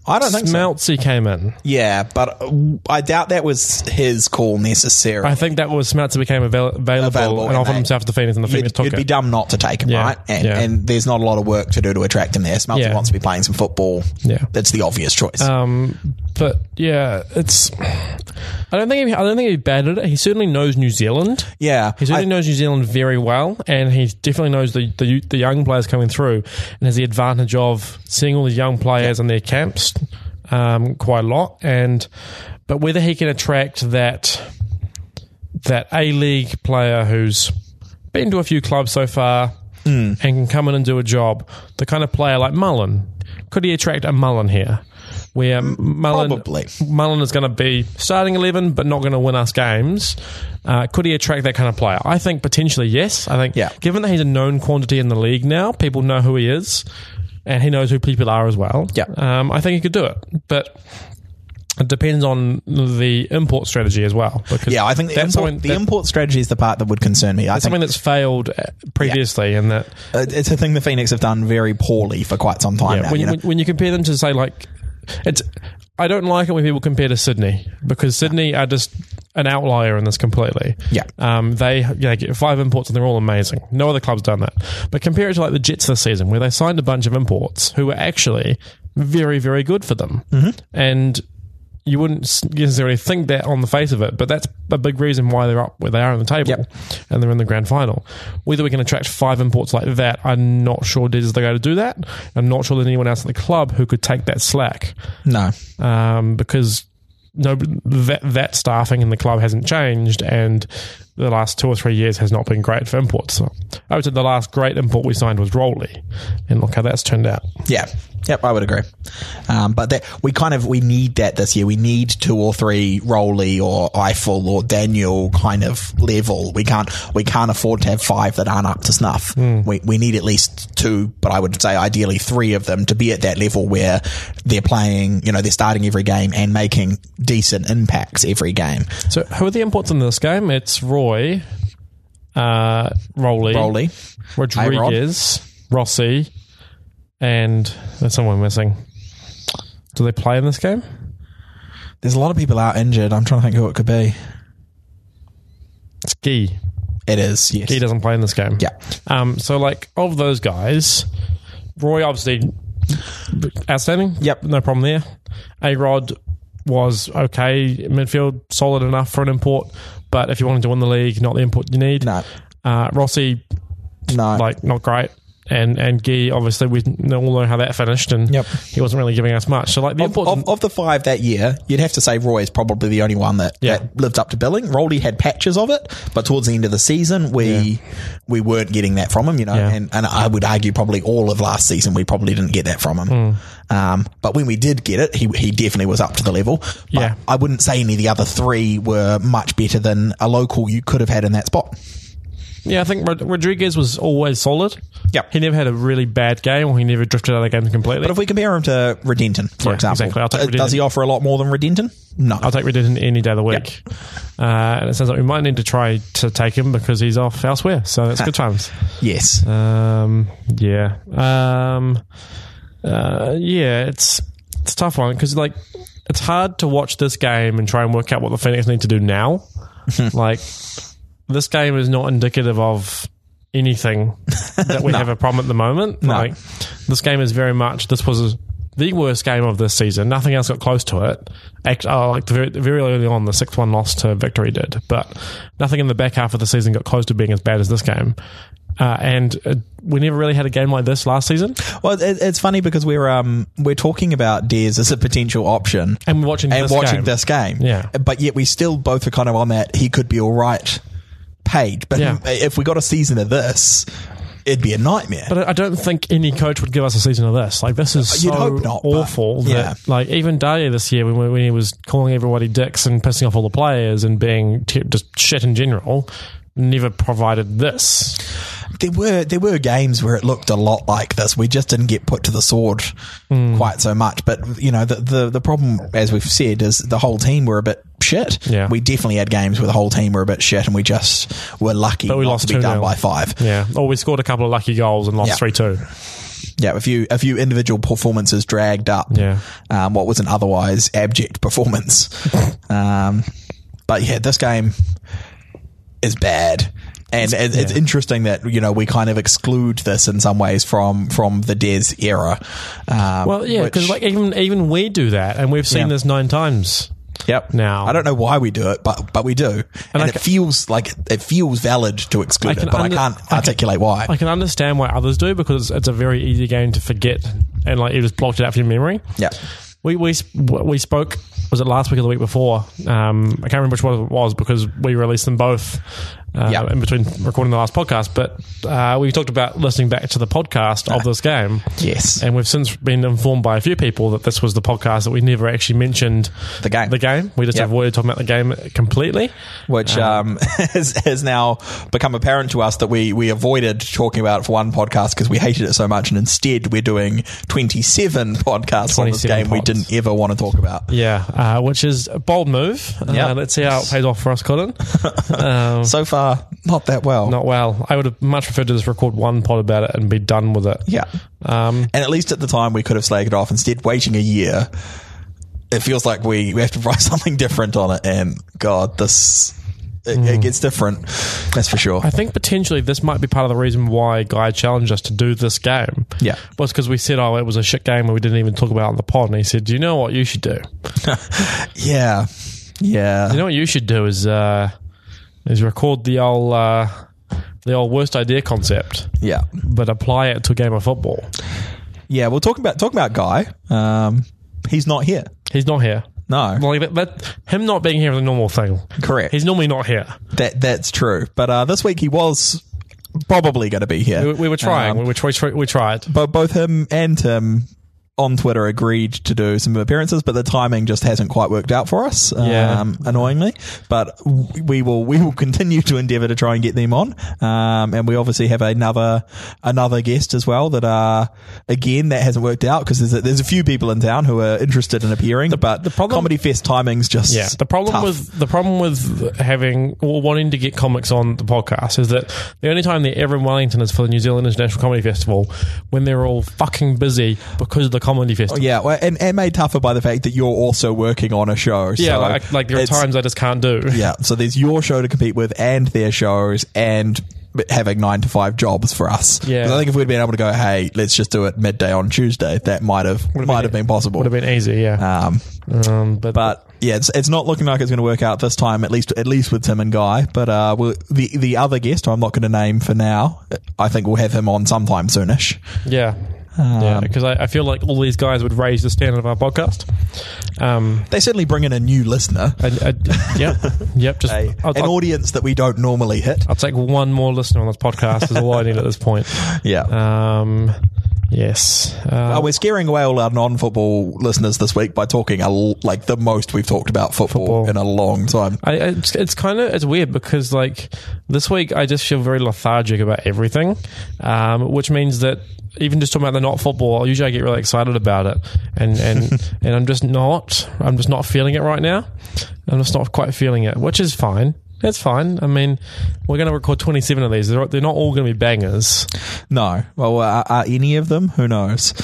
Speaker 4: I don't think so.
Speaker 3: Smeltsy came in.
Speaker 4: Yeah, but uh, I doubt that was his call necessarily.
Speaker 3: I think that was Smeltzer became avail- available,
Speaker 4: Available
Speaker 3: and
Speaker 4: in
Speaker 3: offered
Speaker 4: May.
Speaker 3: himself to the Phoenix, and the Phoenix
Speaker 4: You'd,
Speaker 3: took
Speaker 4: you'd
Speaker 3: it.
Speaker 4: be dumb not to take him,
Speaker 3: Yeah,
Speaker 4: right? And,
Speaker 3: yeah.
Speaker 4: and there's not a lot of work to do to attract him there. Smelter
Speaker 3: Yeah.
Speaker 4: wants to be playing some football.
Speaker 3: Yeah.
Speaker 4: That's the obvious choice.
Speaker 3: Um, but yeah, it's. I don't think he, I don't think he's bad at it. He certainly knows New Zealand.
Speaker 4: yeah.
Speaker 3: He certainly
Speaker 4: I-
Speaker 3: knows New Zealand very well, and he definitely knows the, the the young players coming through, and has the advantage of seeing all these young players in their camps um, quite a lot. And but whether he can attract that that A League player who's been to a few clubs so far
Speaker 4: Hmm.
Speaker 3: and can come in and do a job, the kind of player like Mullen, could he attract a Mullen here? Where Mullen,
Speaker 4: probably.
Speaker 3: Mullen is going to be starting 11, but not going to win us games. Uh, could he attract that kind of player? I think potentially yes. I think
Speaker 4: Yeah.
Speaker 3: given that he's a known quantity in the league now, people know who he is, and he knows who people are as well.
Speaker 4: Yeah.
Speaker 3: um, I think he could do it, but it depends on the import strategy as well. Because
Speaker 4: yeah, I think the,
Speaker 3: that's
Speaker 4: import,
Speaker 3: something,
Speaker 4: the
Speaker 3: that-
Speaker 4: import strategy is the part that would concern me. I
Speaker 3: something
Speaker 4: think
Speaker 3: that's failed uh, previously, and that
Speaker 4: uh, it's a thing the Phoenix have done very poorly for quite some time
Speaker 3: Yeah,
Speaker 4: now.
Speaker 3: when,
Speaker 4: you know?
Speaker 3: when, when you compare them to say like it's I don't like it when people compare to Sydney because Sydney are just an outlier in this completely.
Speaker 4: Yeah.
Speaker 3: Um, they you know, get five imports and they're all amazing. No other club's done that. But compare it to like the Jets this season where they signed a bunch of imports who were actually very, very good for them.
Speaker 4: Mm-hmm.
Speaker 3: And you wouldn't s- necessarily think that on the face of it, but that's a big reason why they're up where they are on the table
Speaker 4: Yep.
Speaker 3: and they're in the grand final. Whether we can attract five imports like that, I'm not sure Dez is the guy to do that. I'm not sure there's anyone else at the club who could take that slack
Speaker 4: no.
Speaker 3: um, because no, that, that staffing in the club hasn't changed and the last two or three years has not been great for imports. So I would say the last great import we signed was Rowley and look how that's turned out.
Speaker 4: Yeah. Yep, I would agree. Um, but that we kind of we need that this year. We need two or three Rowley or Eiffel or Daniel kind of level. We can't we can't afford to have five that aren't up to snuff. We we need at least two, but I would say ideally three of them to be at that level where they're playing, you know, they're starting every game and making decent impacts every game.
Speaker 3: So who are the imports in this game? It's Roy, uh, Rowley,
Speaker 4: Rowley,
Speaker 3: Rodriguez, Rossi, and there's someone missing. Do they play in this game?
Speaker 4: there's a lot of people out injured. I'm trying to think who it could be.
Speaker 3: It's Gee.
Speaker 4: It is yes.
Speaker 3: He doesn't play in this game.
Speaker 4: Yeah.
Speaker 3: Um, so, like, of those guys, Roy obviously outstanding.
Speaker 4: Yep.
Speaker 3: No problem there. A Rod was okay, midfield, solid enough for an import. But if you wanted to win the league, not the import you need.
Speaker 4: No.
Speaker 3: Uh, Rossi,
Speaker 4: No,
Speaker 3: like, not great. And and Gee, obviously, we all know how that finished, and
Speaker 4: Yep.
Speaker 3: he wasn't really giving us much. So, like, the
Speaker 4: Of,
Speaker 3: imports.
Speaker 4: of, of the five that year, you'd have to say Roy is probably the only one that,
Speaker 3: Yeah.
Speaker 4: that lived up to billing. Rowley had patches of it, but towards the end of the season, we we weren't getting that from him, you know.
Speaker 3: Yeah.
Speaker 4: And, and I would argue probably all of last season, we probably didn't get that from him.
Speaker 3: Hmm.
Speaker 4: Um, but when we did get it, he, he definitely was up to the level. But
Speaker 3: Yeah.
Speaker 4: I wouldn't say any of the other three were much better than a local you could have had in that spot.
Speaker 3: Yeah, I think Rod- Rodriguez was always solid.
Speaker 4: Yep.
Speaker 3: He never had a really bad game or he never drifted out of the game completely.
Speaker 4: But if we compare him to Redenton, for
Speaker 3: Yeah,
Speaker 4: example,
Speaker 3: exactly. I'll take
Speaker 4: uh, does
Speaker 3: Redenton.
Speaker 4: he offer a lot more than Redenton? No.
Speaker 3: I'll take Reddington any day of the week. Uh, and it sounds like we might need to try to take him because he's off elsewhere. So that's good times.
Speaker 4: yes.
Speaker 3: Um, yeah. Um, uh, yeah, it's, it's a tough one because, like, it's hard to watch this game and try and work out what the Phoenix need to do now. like, this game is not indicative of anything that we have a problem at the moment. Like, this game is very much, this was the worst game of this season. Nothing else got close to it. Act, oh, like, the very, very early on, the 6 1 loss to Victory did, but nothing in the back half of the season got close to being as bad as this game. Uh, and uh, we never really had a game like this last season.
Speaker 4: Well, it, it's funny because we're um we're talking about Deers as a potential option
Speaker 3: And we're watching
Speaker 4: and
Speaker 3: this
Speaker 4: watching
Speaker 3: game.
Speaker 4: this game.
Speaker 3: Yeah.
Speaker 4: But yet we still both are kind of on that he could be all right page. But
Speaker 3: Yeah.
Speaker 4: if we got a season of this, it'd be a nightmare.
Speaker 3: But uh, I- I don't think any coach would give us a season of this. Like this is so
Speaker 4: You'd hope not, but-
Speaker 3: awful.
Speaker 4: yeah.
Speaker 3: That, like even Dyer this year, when, when he was calling everybody dicks and pissing off all the players and being t- just shit in general, never provided this.
Speaker 4: there were there were games where it looked a lot like this. We just didn't get put to the sword
Speaker 3: Hmm.
Speaker 4: quite so much. But you know, the, the the problem, as we've said, is the whole team were a bit shit.
Speaker 3: Yeah.
Speaker 4: We definitely had games where the whole team were a bit shit, and we just were lucky
Speaker 3: But we
Speaker 4: not
Speaker 3: lost
Speaker 4: to be done
Speaker 3: 2-0.
Speaker 4: by five.
Speaker 3: Yeah. Or we scored a couple of lucky goals and
Speaker 4: Yeah.
Speaker 3: lost three two.
Speaker 4: Yeah, a few a few individual performances dragged up.
Speaker 3: Yeah.
Speaker 4: um, what was an otherwise abject performance. um, but yeah, this game is bad. And it's, it's
Speaker 3: yeah.
Speaker 4: interesting that you know we kind of exclude this in some ways from from the Dez era. Um,
Speaker 3: Well, yeah, because
Speaker 4: which-
Speaker 3: like even even we do that, and we've seen
Speaker 4: Yeah.
Speaker 3: this nine times.
Speaker 4: yep.
Speaker 3: now-
Speaker 4: I don't know why we do it, but but we do, and,
Speaker 3: I
Speaker 4: it
Speaker 3: ca-
Speaker 4: feels like it feels valid to exclude
Speaker 3: can
Speaker 4: it, but
Speaker 3: under-
Speaker 4: I can't articulate why.
Speaker 3: I can understand why others do because it's a very easy game to forget and like you just blocked it out from your memory.
Speaker 4: Yeah.
Speaker 3: We we sp- we spoke was it last week or the week before? Um, I can't remember which one it was because we released them both uh,
Speaker 4: Yeah.
Speaker 3: in between recording the last podcast. But uh, we talked about listening back to the podcast of this game.
Speaker 4: Yes.
Speaker 3: And we've since been informed by a few people that this was the podcast that we never actually mentioned
Speaker 4: The game.
Speaker 3: The game. We just
Speaker 4: Yep.
Speaker 3: avoided talking about the game completely.
Speaker 4: which
Speaker 3: Uh-huh.
Speaker 4: um, has, has now become apparent to us that we we avoided talking about it for one podcast because we hated it so much, and instead we're doing twenty seven podcasts on this
Speaker 3: 27
Speaker 4: game we
Speaker 3: pods.
Speaker 4: didn't ever want to talk about.
Speaker 3: Yeah, uh, which is a bold move. Uh,
Speaker 4: Yep.
Speaker 3: Let's see how it pays off for us, Colin. Um,
Speaker 4: So far, not that well.
Speaker 3: not well. I would have much preferred to just record one pod about it and be done with it.
Speaker 4: Yeah,
Speaker 3: Um,
Speaker 4: and at least at the time we could have slagged it off. Instead, waiting a year, it feels like we we have to write something different on it. And God, this. It, it gets different, that's for sure.
Speaker 3: Hmm. I think potentially this might be part of the reason why Guy challenged us to do this game.
Speaker 4: Yeah.
Speaker 3: Was because we said, oh, it was a shit game and we didn't even talk about it on the pod. And he said, do you know what you should do?
Speaker 4: Yeah, yeah.
Speaker 3: You know what you should do is uh, is record the old uh, the old worst idea concept,
Speaker 4: yeah.
Speaker 3: but apply it to a game of football.
Speaker 4: Yeah, well, talking about talking about Guy, um, he's not here.
Speaker 3: He's not here.
Speaker 4: No,
Speaker 3: Like that, that, him not being here is a normal thing.
Speaker 4: correct.
Speaker 3: He's normally not here.
Speaker 4: that that's true. But uh, this week he was probably going to be here. Um,
Speaker 3: We, we were trying. we were try, try- we tried.
Speaker 4: but both him and Tim on Twitter agreed to do some appearances, but the timing just hasn't quite worked out for us.
Speaker 3: Yeah.
Speaker 4: Um, annoyingly, but w- we will we will continue to endeavour to try and get them on. Um, and we obviously have another another guest as well that uh again that hasn't worked out because there's a, there's a few people in town who are interested in appearing, but the
Speaker 3: problem-
Speaker 4: comedy fest timings just
Speaker 3: Yeah, the problem
Speaker 4: tough.
Speaker 3: with the problem with having or wanting to get comics on the podcast is that the only time they're ever in Wellington is for the New Zealand International Comedy Festival when they're all fucking busy because of the comedy festival.
Speaker 4: Yeah, well, and, and made tougher by the fact that you're also working on a show.
Speaker 3: yeah,
Speaker 4: so
Speaker 3: like like there are
Speaker 4: it's-
Speaker 3: times I just can't do.
Speaker 4: Yeah, so there's your show to compete with and their shows and having nine to five jobs for us.
Speaker 3: Yeah.
Speaker 4: 'Cause I think if we'd been able to go, hey, let's just do it midday on Tuesday, that might have might have been possible.
Speaker 3: Would have been easy, yeah.
Speaker 4: Um,
Speaker 3: um, but,
Speaker 4: but yeah, it's, it's not looking like it's going to work out this time, at least at least with Tim and Guy. But uh, we'll, the the other guest, who I'm not going to name for now. I think we'll have him on sometime soonish.
Speaker 3: yeah, yeah, because I, I feel like all these guys would raise the standard of our podcast. Um,
Speaker 4: They certainly bring in a new listener,
Speaker 3: I, I, yep, yep. Just
Speaker 4: a,
Speaker 3: I'll,
Speaker 4: an
Speaker 3: I'll-
Speaker 4: audience that we don't normally hit.
Speaker 3: Uh, I'll take one more listener on this podcast is all I need at this point.
Speaker 4: Yeah.
Speaker 3: Um, Yes. Uh,
Speaker 4: Uh, we're scaring away all our non-football listeners this week by talking a l- like the most we've talked about football,
Speaker 3: Football.
Speaker 4: in a long time.
Speaker 3: I, it's it's kind of it's weird because like this week I just feel very lethargic about everything, um, which means that even just talking about the not football, usually I get really excited about it, and and and I'm just not I'm just not feeling it right now. I'm just not quite feeling it, which is fine. That's fine. I mean, we're going to record 27 of these. They're, they're not all going to be bangers.
Speaker 4: No, well, are, are any of them? Who knows?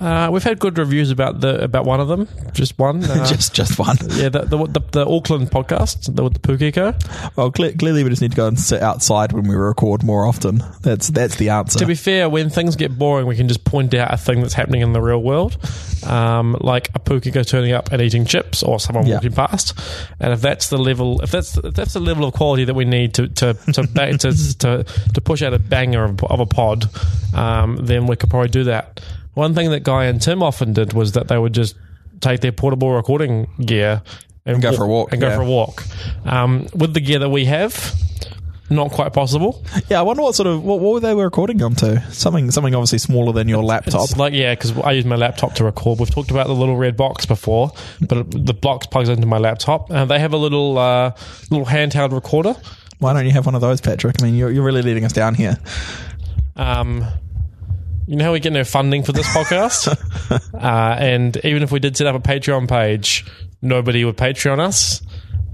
Speaker 3: Uh, we've had good reviews about the about one of them, just one. Uh,
Speaker 4: just just one.
Speaker 3: yeah, the, the, the the Auckland podcast, the, with the Pukeko.
Speaker 4: Well, cle clearly we just need to go and sit outside when we record more often. That's that's the answer.
Speaker 3: to be fair, when things get boring, we can just point out a thing that's happening in the real world, um, like a pukeko turning up and eating chips, or someone
Speaker 4: Yeah.
Speaker 3: walking past. And if that's the level, if that's if that's the level of quality that we need to to to ba- to, to, to push out a banger of, of a pod, um, then we could probably do that. One thing that Guy and Tim often did was that they would just take their portable recording gear and,
Speaker 4: go for a walk,
Speaker 3: and go
Speaker 4: yeah.
Speaker 3: for a walk um, with the gear that we have. Not quite possible.
Speaker 4: yeah, I wonder what sort of what, what were they were recording them to? Something something obviously smaller than your laptop.
Speaker 3: It's like yeah, because I use my laptop to record. We've talked about the little red box before, but it- the box plugs into my laptop, and they have a little uh, little handheld recorder.
Speaker 4: Why don't you have one of those, Patrick? I mean, you're, you're really leading us down here.
Speaker 3: Um, you know how we get no funding for this podcast, uh, and even if we did set up a Patreon page, nobody would Patreon us.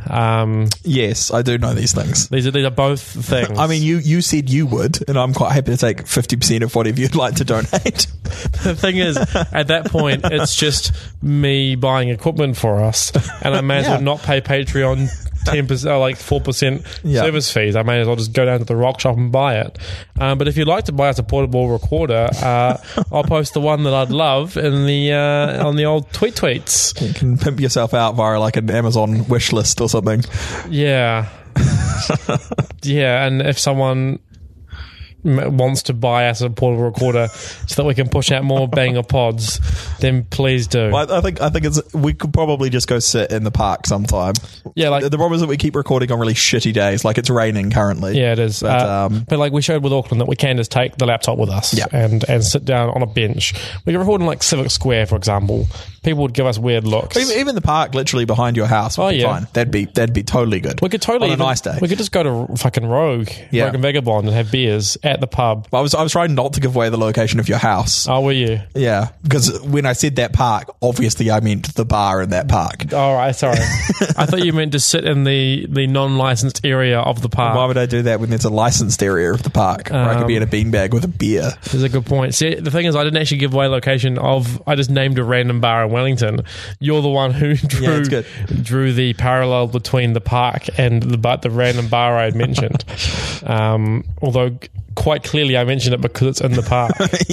Speaker 3: Um,
Speaker 4: Yes, I do know these things.
Speaker 3: these are these are both things.
Speaker 4: I mean, you you said you would, and I'm quite happy to take fifty percent of whatever you'd like to donate.
Speaker 3: the thing is, at that point, it's just me buying equipment for us, and I may as well
Speaker 4: Yeah.
Speaker 3: not pay Patreon ten percent, like four percent
Speaker 4: Yeah.
Speaker 3: service fees. I may as well just go down to the rock shop and buy it. Um, but if you'd like to buy us a portable recorder, uh, I'll post the one that I'd love in the uh, on the old tweet tweets.
Speaker 4: you can pimp yourself out via like an Amazon wish list or something.
Speaker 3: Yeah, yeah, and if someone. m- Wants to buy us a portable recorder so that we can push out more banger pods, then please do.
Speaker 4: Well, I, I think I think it's we could probably just go sit in the park sometime.
Speaker 3: Yeah, like
Speaker 4: The, the problem is that we keep recording on really shitty days, like it's raining currently.
Speaker 3: Yeah, it is. Uh,
Speaker 4: But,
Speaker 3: But,
Speaker 4: um,
Speaker 3: but like we showed with Auckland, that we can just take the laptop with us
Speaker 4: Yeah.
Speaker 3: and, and sit down on a bench. We could record in like Civic Square, for example. People would give us weird looks.
Speaker 4: Even, even the park, literally behind your house, would
Speaker 3: Oh,
Speaker 4: be
Speaker 3: yeah.
Speaker 4: fine. That'd be that'd be totally good.
Speaker 3: we could totally
Speaker 4: on a
Speaker 3: even-
Speaker 4: nice day.
Speaker 3: We could just go to fucking Rogue,
Speaker 4: Yeah.
Speaker 3: Rogue and Vagabond, and have beers at the pub.
Speaker 4: I was I was trying not to give away the location of your house.
Speaker 3: Oh, were you?
Speaker 4: Yeah, because when I said that park, obviously I meant the bar in that park.
Speaker 3: All right, sorry. I thought you meant to sit in the, the non-licensed area of the park.
Speaker 4: Why would I do that when there's a licensed area of the park where I could be
Speaker 3: Um,
Speaker 4: in a beanbag with a beer?
Speaker 3: That's a good point. See, the thing is, I didn't actually give away location of. I just named a random bar in Wellington. You're the one who drew
Speaker 4: that's good.
Speaker 3: drew the parallel between the park and the but the random bar I had mentioned. um, although quite clearly, I mentioned it because it's in the park.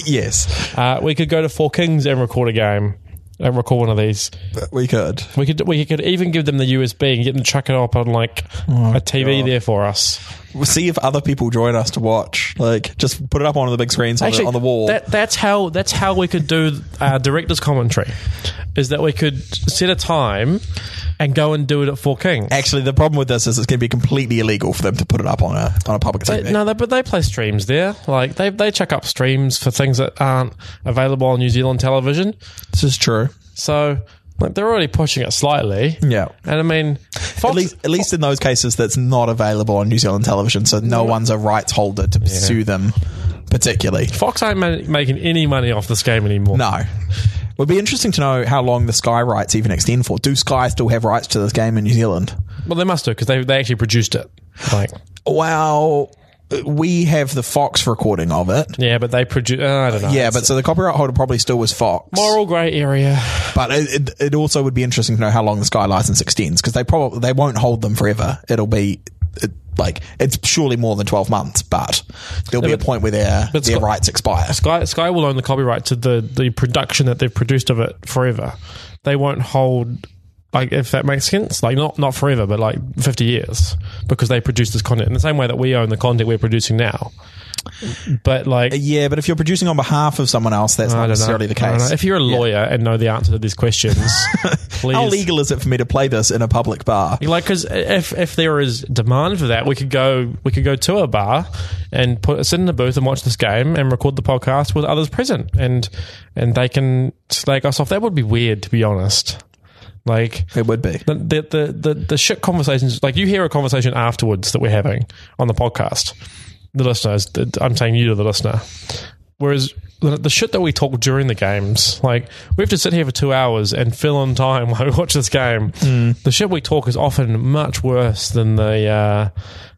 Speaker 4: yes,
Speaker 3: uh, we could go to Four Kings and record a game. And record one of these.
Speaker 4: we could.
Speaker 3: We could we could even give them the USB and get them to chuck it up on like
Speaker 4: Oh,
Speaker 3: a TV there for us.
Speaker 4: We'll see if other people join us to watch. Like, just put it up on the big screens on, the, on the wall.
Speaker 3: That, that's how that's how we could do uh, director's commentary, is that we could set a time and go and do it at Four Kings.
Speaker 4: Actually, the problem with this is it's going to be completely illegal for them to put it up on a on a public
Speaker 3: They-
Speaker 4: TV.
Speaker 3: no, they, but they play streams there. Like they they check up streams for things that aren't available on New Zealand television.
Speaker 4: this is true.
Speaker 3: So like they're already pushing it slightly.
Speaker 4: Yeah.
Speaker 3: and I mean, Fox,
Speaker 4: At least, at least in those cases, that's not available on New Zealand television, so no one's a rights holder to pursue them particularly.
Speaker 3: Fox ain't ma- making any money off this game anymore.
Speaker 4: No. Would be interesting to know how long the Sky rights even extend for. Do Sky still have rights to this game in New Zealand?
Speaker 3: well they must do because they they actually produced it. Like
Speaker 4: Well, we have the Fox recording of it.
Speaker 3: yeah, but they produce. I don't know.
Speaker 4: Yeah, but so the copyright holder probably still was Fox.
Speaker 3: moral grey area.
Speaker 4: But it, it, it also would be interesting to know how long the Sky license extends because they probably they won't hold them forever. It'll be it, like it's surely more than twelve months, but there'll be
Speaker 3: but-
Speaker 4: a point where their their
Speaker 3: but Sky-
Speaker 4: rights expire.
Speaker 3: Sky, Sky will own the copyright to the, the production that they've produced of it forever. They won't hold like if that makes sense, like not not forever, but like fifty years because they produce this content in the same way that we own the content we're producing now. But like,
Speaker 4: Uh, Yeah, but if you're producing on behalf of someone else, that's
Speaker 3: I
Speaker 4: not
Speaker 3: don't know.
Speaker 4: necessarily the
Speaker 3: I don't know.
Speaker 4: case.
Speaker 3: If you're a lawyer and know the answer to these questions, please.
Speaker 4: How legal is it for me to play this in a public bar?
Speaker 3: Like, because if if there is demand for that, we could go we could go to a bar and put sit in the booth and watch this game and record the podcast with others present, and and they can slag us off. That would be weird, to be honest. Like,
Speaker 4: It would be.
Speaker 3: the the the the, the shit conversations like you hear a conversation afterwards that we're having on the podcast the listeners th- i'm saying you to the listener whereas the, the shit that we talk during the games like we have to sit here for two hours and fill in time while we watch this game
Speaker 4: Hmm.
Speaker 3: the shit we talk is often much worse than the uh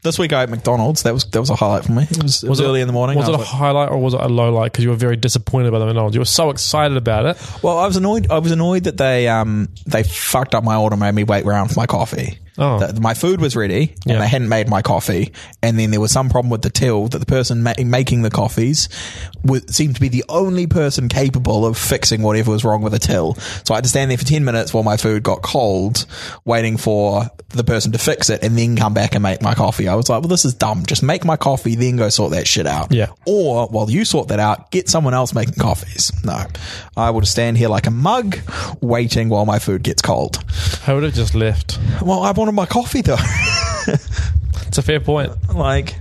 Speaker 4: This week I at McDonald's. That was that was a highlight for me. It was, it was early
Speaker 3: it-
Speaker 4: in the morning. Oh,
Speaker 3: was
Speaker 4: I
Speaker 3: it a
Speaker 4: was like-
Speaker 3: highlight or was it a low light because you were very disappointed by the McDonald's you were so excited about it
Speaker 4: well, I was annoyed. I was annoyed that they um they fucked up my order, and made me wait around for my coffee.
Speaker 3: Oh.
Speaker 4: That my food was ready,
Speaker 3: Yeah.
Speaker 4: and they hadn't made my coffee. And then there was some problem with the till that the person ma- making the coffees wa seemed to be the only person capable of fixing whatever was wrong with the till. So I had to stand there for ten minutes while my food got cold, waiting for the person to fix it, and then come back and make my coffee. I was like, well, this is dumb. Just make my coffee, then go sort that shit out.
Speaker 3: Yeah.
Speaker 4: Or while you sort that out, get someone else making coffees. No, I will stand here like a mug, waiting while my food gets cold.
Speaker 3: i would have just left
Speaker 4: Well, I wanted my coffee though.
Speaker 3: it's a fair point
Speaker 4: like,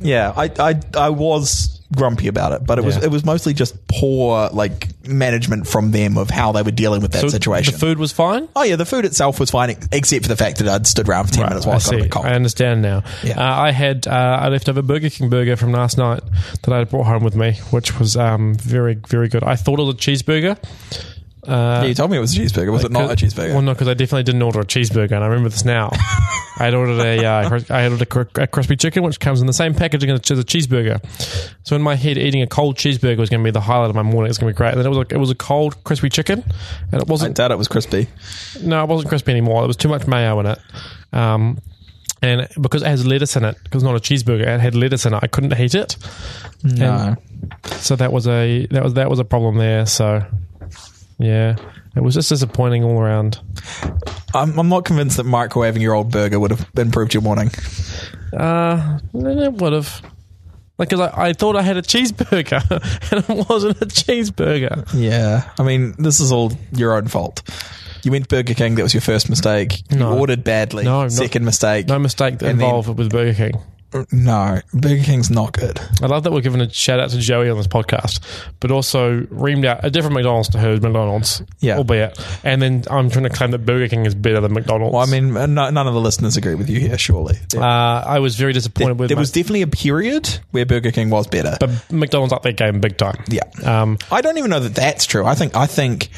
Speaker 4: yeah, I, I, I was grumpy about it, but it was
Speaker 3: Yeah.
Speaker 4: it was mostly just poor like management from them of how they were dealing with that
Speaker 3: So
Speaker 4: situation.
Speaker 3: the food was fine
Speaker 4: Oh yeah, the food itself was fine, ex- except for the fact that I'd stood around for ten minutes while
Speaker 3: I
Speaker 4: I got a
Speaker 3: see.
Speaker 4: bit cold.
Speaker 3: I understand now.
Speaker 4: Yeah.
Speaker 3: Uh, I had uh, I left over Burger King burger from last night that I had brought home with me, which was um, very very good. I thought it was a cheeseburger. Uh,
Speaker 4: you told me it was a cheeseburger. Was it not a cheeseburger?
Speaker 3: Well, no, because I definitely didn't order a cheeseburger, and I remember this now. I had ordered a, uh, cris- I had ordered a, cr- a crispy chicken, which comes in the same packaging as a cheeseburger. So in my head, eating a cold cheeseburger was going to be the highlight of my morning. It's going to be great. And then it was like, it was a cold crispy chicken, and it
Speaker 4: I
Speaker 3: wasn't
Speaker 4: doubt it was crispy.
Speaker 3: no, it wasn't crispy anymore. There was too much mayo in it. Um, and because it has lettuce in it, because it's not a cheeseburger, it had lettuce in it. I couldn't heat it.
Speaker 4: Uh,
Speaker 3: No. so that was a that was that was a problem there. So yeah, it was just disappointing all around.
Speaker 4: I'm, I'm not convinced that microwaving your old burger would have improved your morning.
Speaker 3: Uh, then it would have. Like, cause I, I thought I had a cheeseburger and it wasn't a cheeseburger.
Speaker 4: Yeah, I mean, this is all your own fault. You went Burger King. That was your first mistake.
Speaker 3: No.
Speaker 4: You ordered badly.
Speaker 3: No, not-
Speaker 4: second mistake.
Speaker 3: No mistake
Speaker 4: And then-
Speaker 3: involved with Burger King.
Speaker 4: no, Burger King's not good.
Speaker 3: I love that we're giving a shout out to Joey on this podcast, but also reamed out a different McDonald's to her McDonald's,
Speaker 4: Yeah.
Speaker 3: albeit. And then I'm trying to claim that Burger King is better than McDonald's.
Speaker 4: Well, I mean, uh, no, none of the listeners agree with you here. Surely,
Speaker 3: uh, I was very disappointed with
Speaker 4: there
Speaker 3: my-
Speaker 4: was definitely a period where Burger King was better.
Speaker 3: but McDonald's up their game big time.
Speaker 4: Yeah.
Speaker 3: Um,
Speaker 4: I don't even know that that's true. I think I think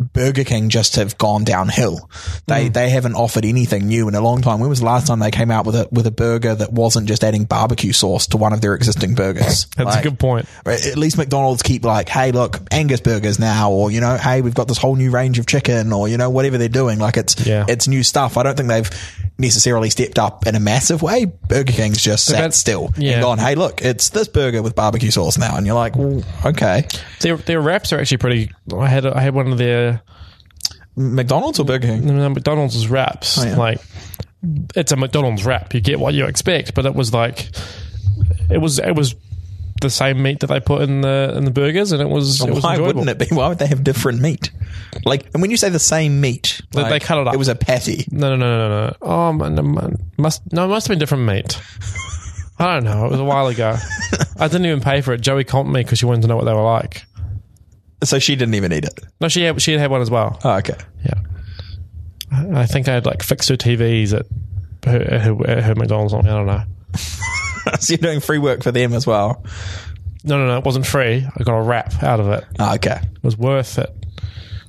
Speaker 4: Burger King just have gone downhill.
Speaker 3: Hmm.
Speaker 4: They they haven't offered anything new in a long time. When was the last time they came out with a with a burger that wasn't just adding barbecue sauce to one of their existing burgers?
Speaker 3: That's a good point.
Speaker 4: right, At least McDonald's keep like, hey, look, Angus burgers now, or you know, hey, we've got this whole new range of chicken, or you know, whatever they're doing. Like it's
Speaker 3: Yeah.
Speaker 4: it's new stuff. I don't think they've necessarily stepped up in a massive way. Burger King's just sat
Speaker 3: about-
Speaker 4: still
Speaker 3: yeah.
Speaker 4: and gone, hey, look, it's this burger with barbecue sauce now, and you're like, well, okay.
Speaker 3: their, their wraps are actually pretty. I had a, I had one of their
Speaker 4: McDonald's or Burger
Speaker 3: Mm,
Speaker 4: King?
Speaker 3: McDonald's wraps.
Speaker 4: Oh, yeah.
Speaker 3: Like, it's a McDonald's wrap. You get what you expect, but it was like, it was it was the same meat that they put in the in the burgers, and it was it was
Speaker 4: Why
Speaker 3: enjoyable.
Speaker 4: wouldn't it be? Why would they have different meat? Like, and when you say the same meat,
Speaker 3: They-
Speaker 4: like,
Speaker 3: they cut it up.
Speaker 4: It was a patty.
Speaker 3: No, no, no, no, no. no. Oh, man, no, man. must no, it must have been different meat. I don't know. It was a while ago. I didn't even pay for it. Joey comped me because she wanted to know what they were like.
Speaker 4: So she didn't even eat it.
Speaker 3: No, she had, she had had one as well.
Speaker 4: Oh, okay.
Speaker 3: Yeah, I I think I had like fixed her TVs at her, at her, at her McDonald's. Or something. I don't know.
Speaker 4: so you're doing free work for them as well.
Speaker 3: No, no, no. It wasn't free. I got a wrap out of it.
Speaker 4: Oh, okay.
Speaker 3: It was worth it.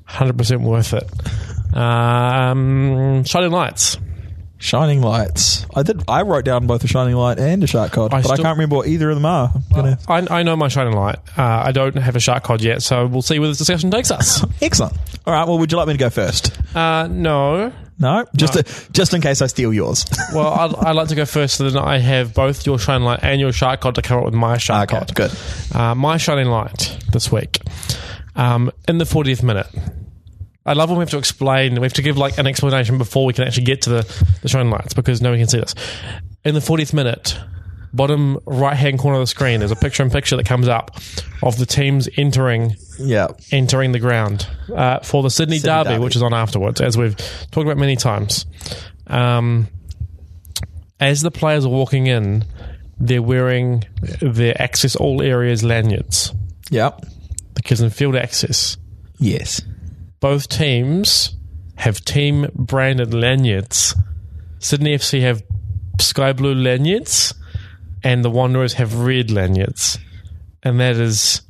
Speaker 3: Hundred percent worth it. Um, shining lights.
Speaker 4: Shining lights. I did. I wrote down both a shining light and a shark cod,
Speaker 3: I
Speaker 4: but I
Speaker 3: still-
Speaker 4: can't remember what either of them are. I'm gonna-
Speaker 3: I, I know my shining light. Uh, I don't have a shark cod yet, so we'll see where this discussion takes us.
Speaker 4: Excellent. All right. Well, would you like me to go first?
Speaker 3: Uh, no.
Speaker 4: No. Just To, just in case I steal yours.
Speaker 3: Well, I'd, I'd like to go first so that I have both your shining light and your shark cod to come up with my shark
Speaker 4: okay.
Speaker 3: cod.
Speaker 4: Good.
Speaker 3: Uh, my shining light this week um, in the 40th minute. I love when we have to explain, we have to give like an explanation before we can actually get to the, the shining lights because no one can see this. In the 40th minute, bottom right hand corner of the screen, there's a picture in picture that comes up of the teams entering
Speaker 4: Yeah.
Speaker 3: entering the ground uh, for the Sydney,
Speaker 4: Sydney
Speaker 3: Derby,
Speaker 4: Derby.
Speaker 3: which is on afterwards, as we've talked about many times. Um, as the players are walking in, they're wearing their access all areas lanyards
Speaker 4: Yeah.
Speaker 3: because in field access,
Speaker 4: Yes.
Speaker 3: both teams have team branded lanyards. Sydney FC have sky blue lanyards, and the Wanderers have red lanyards, and that is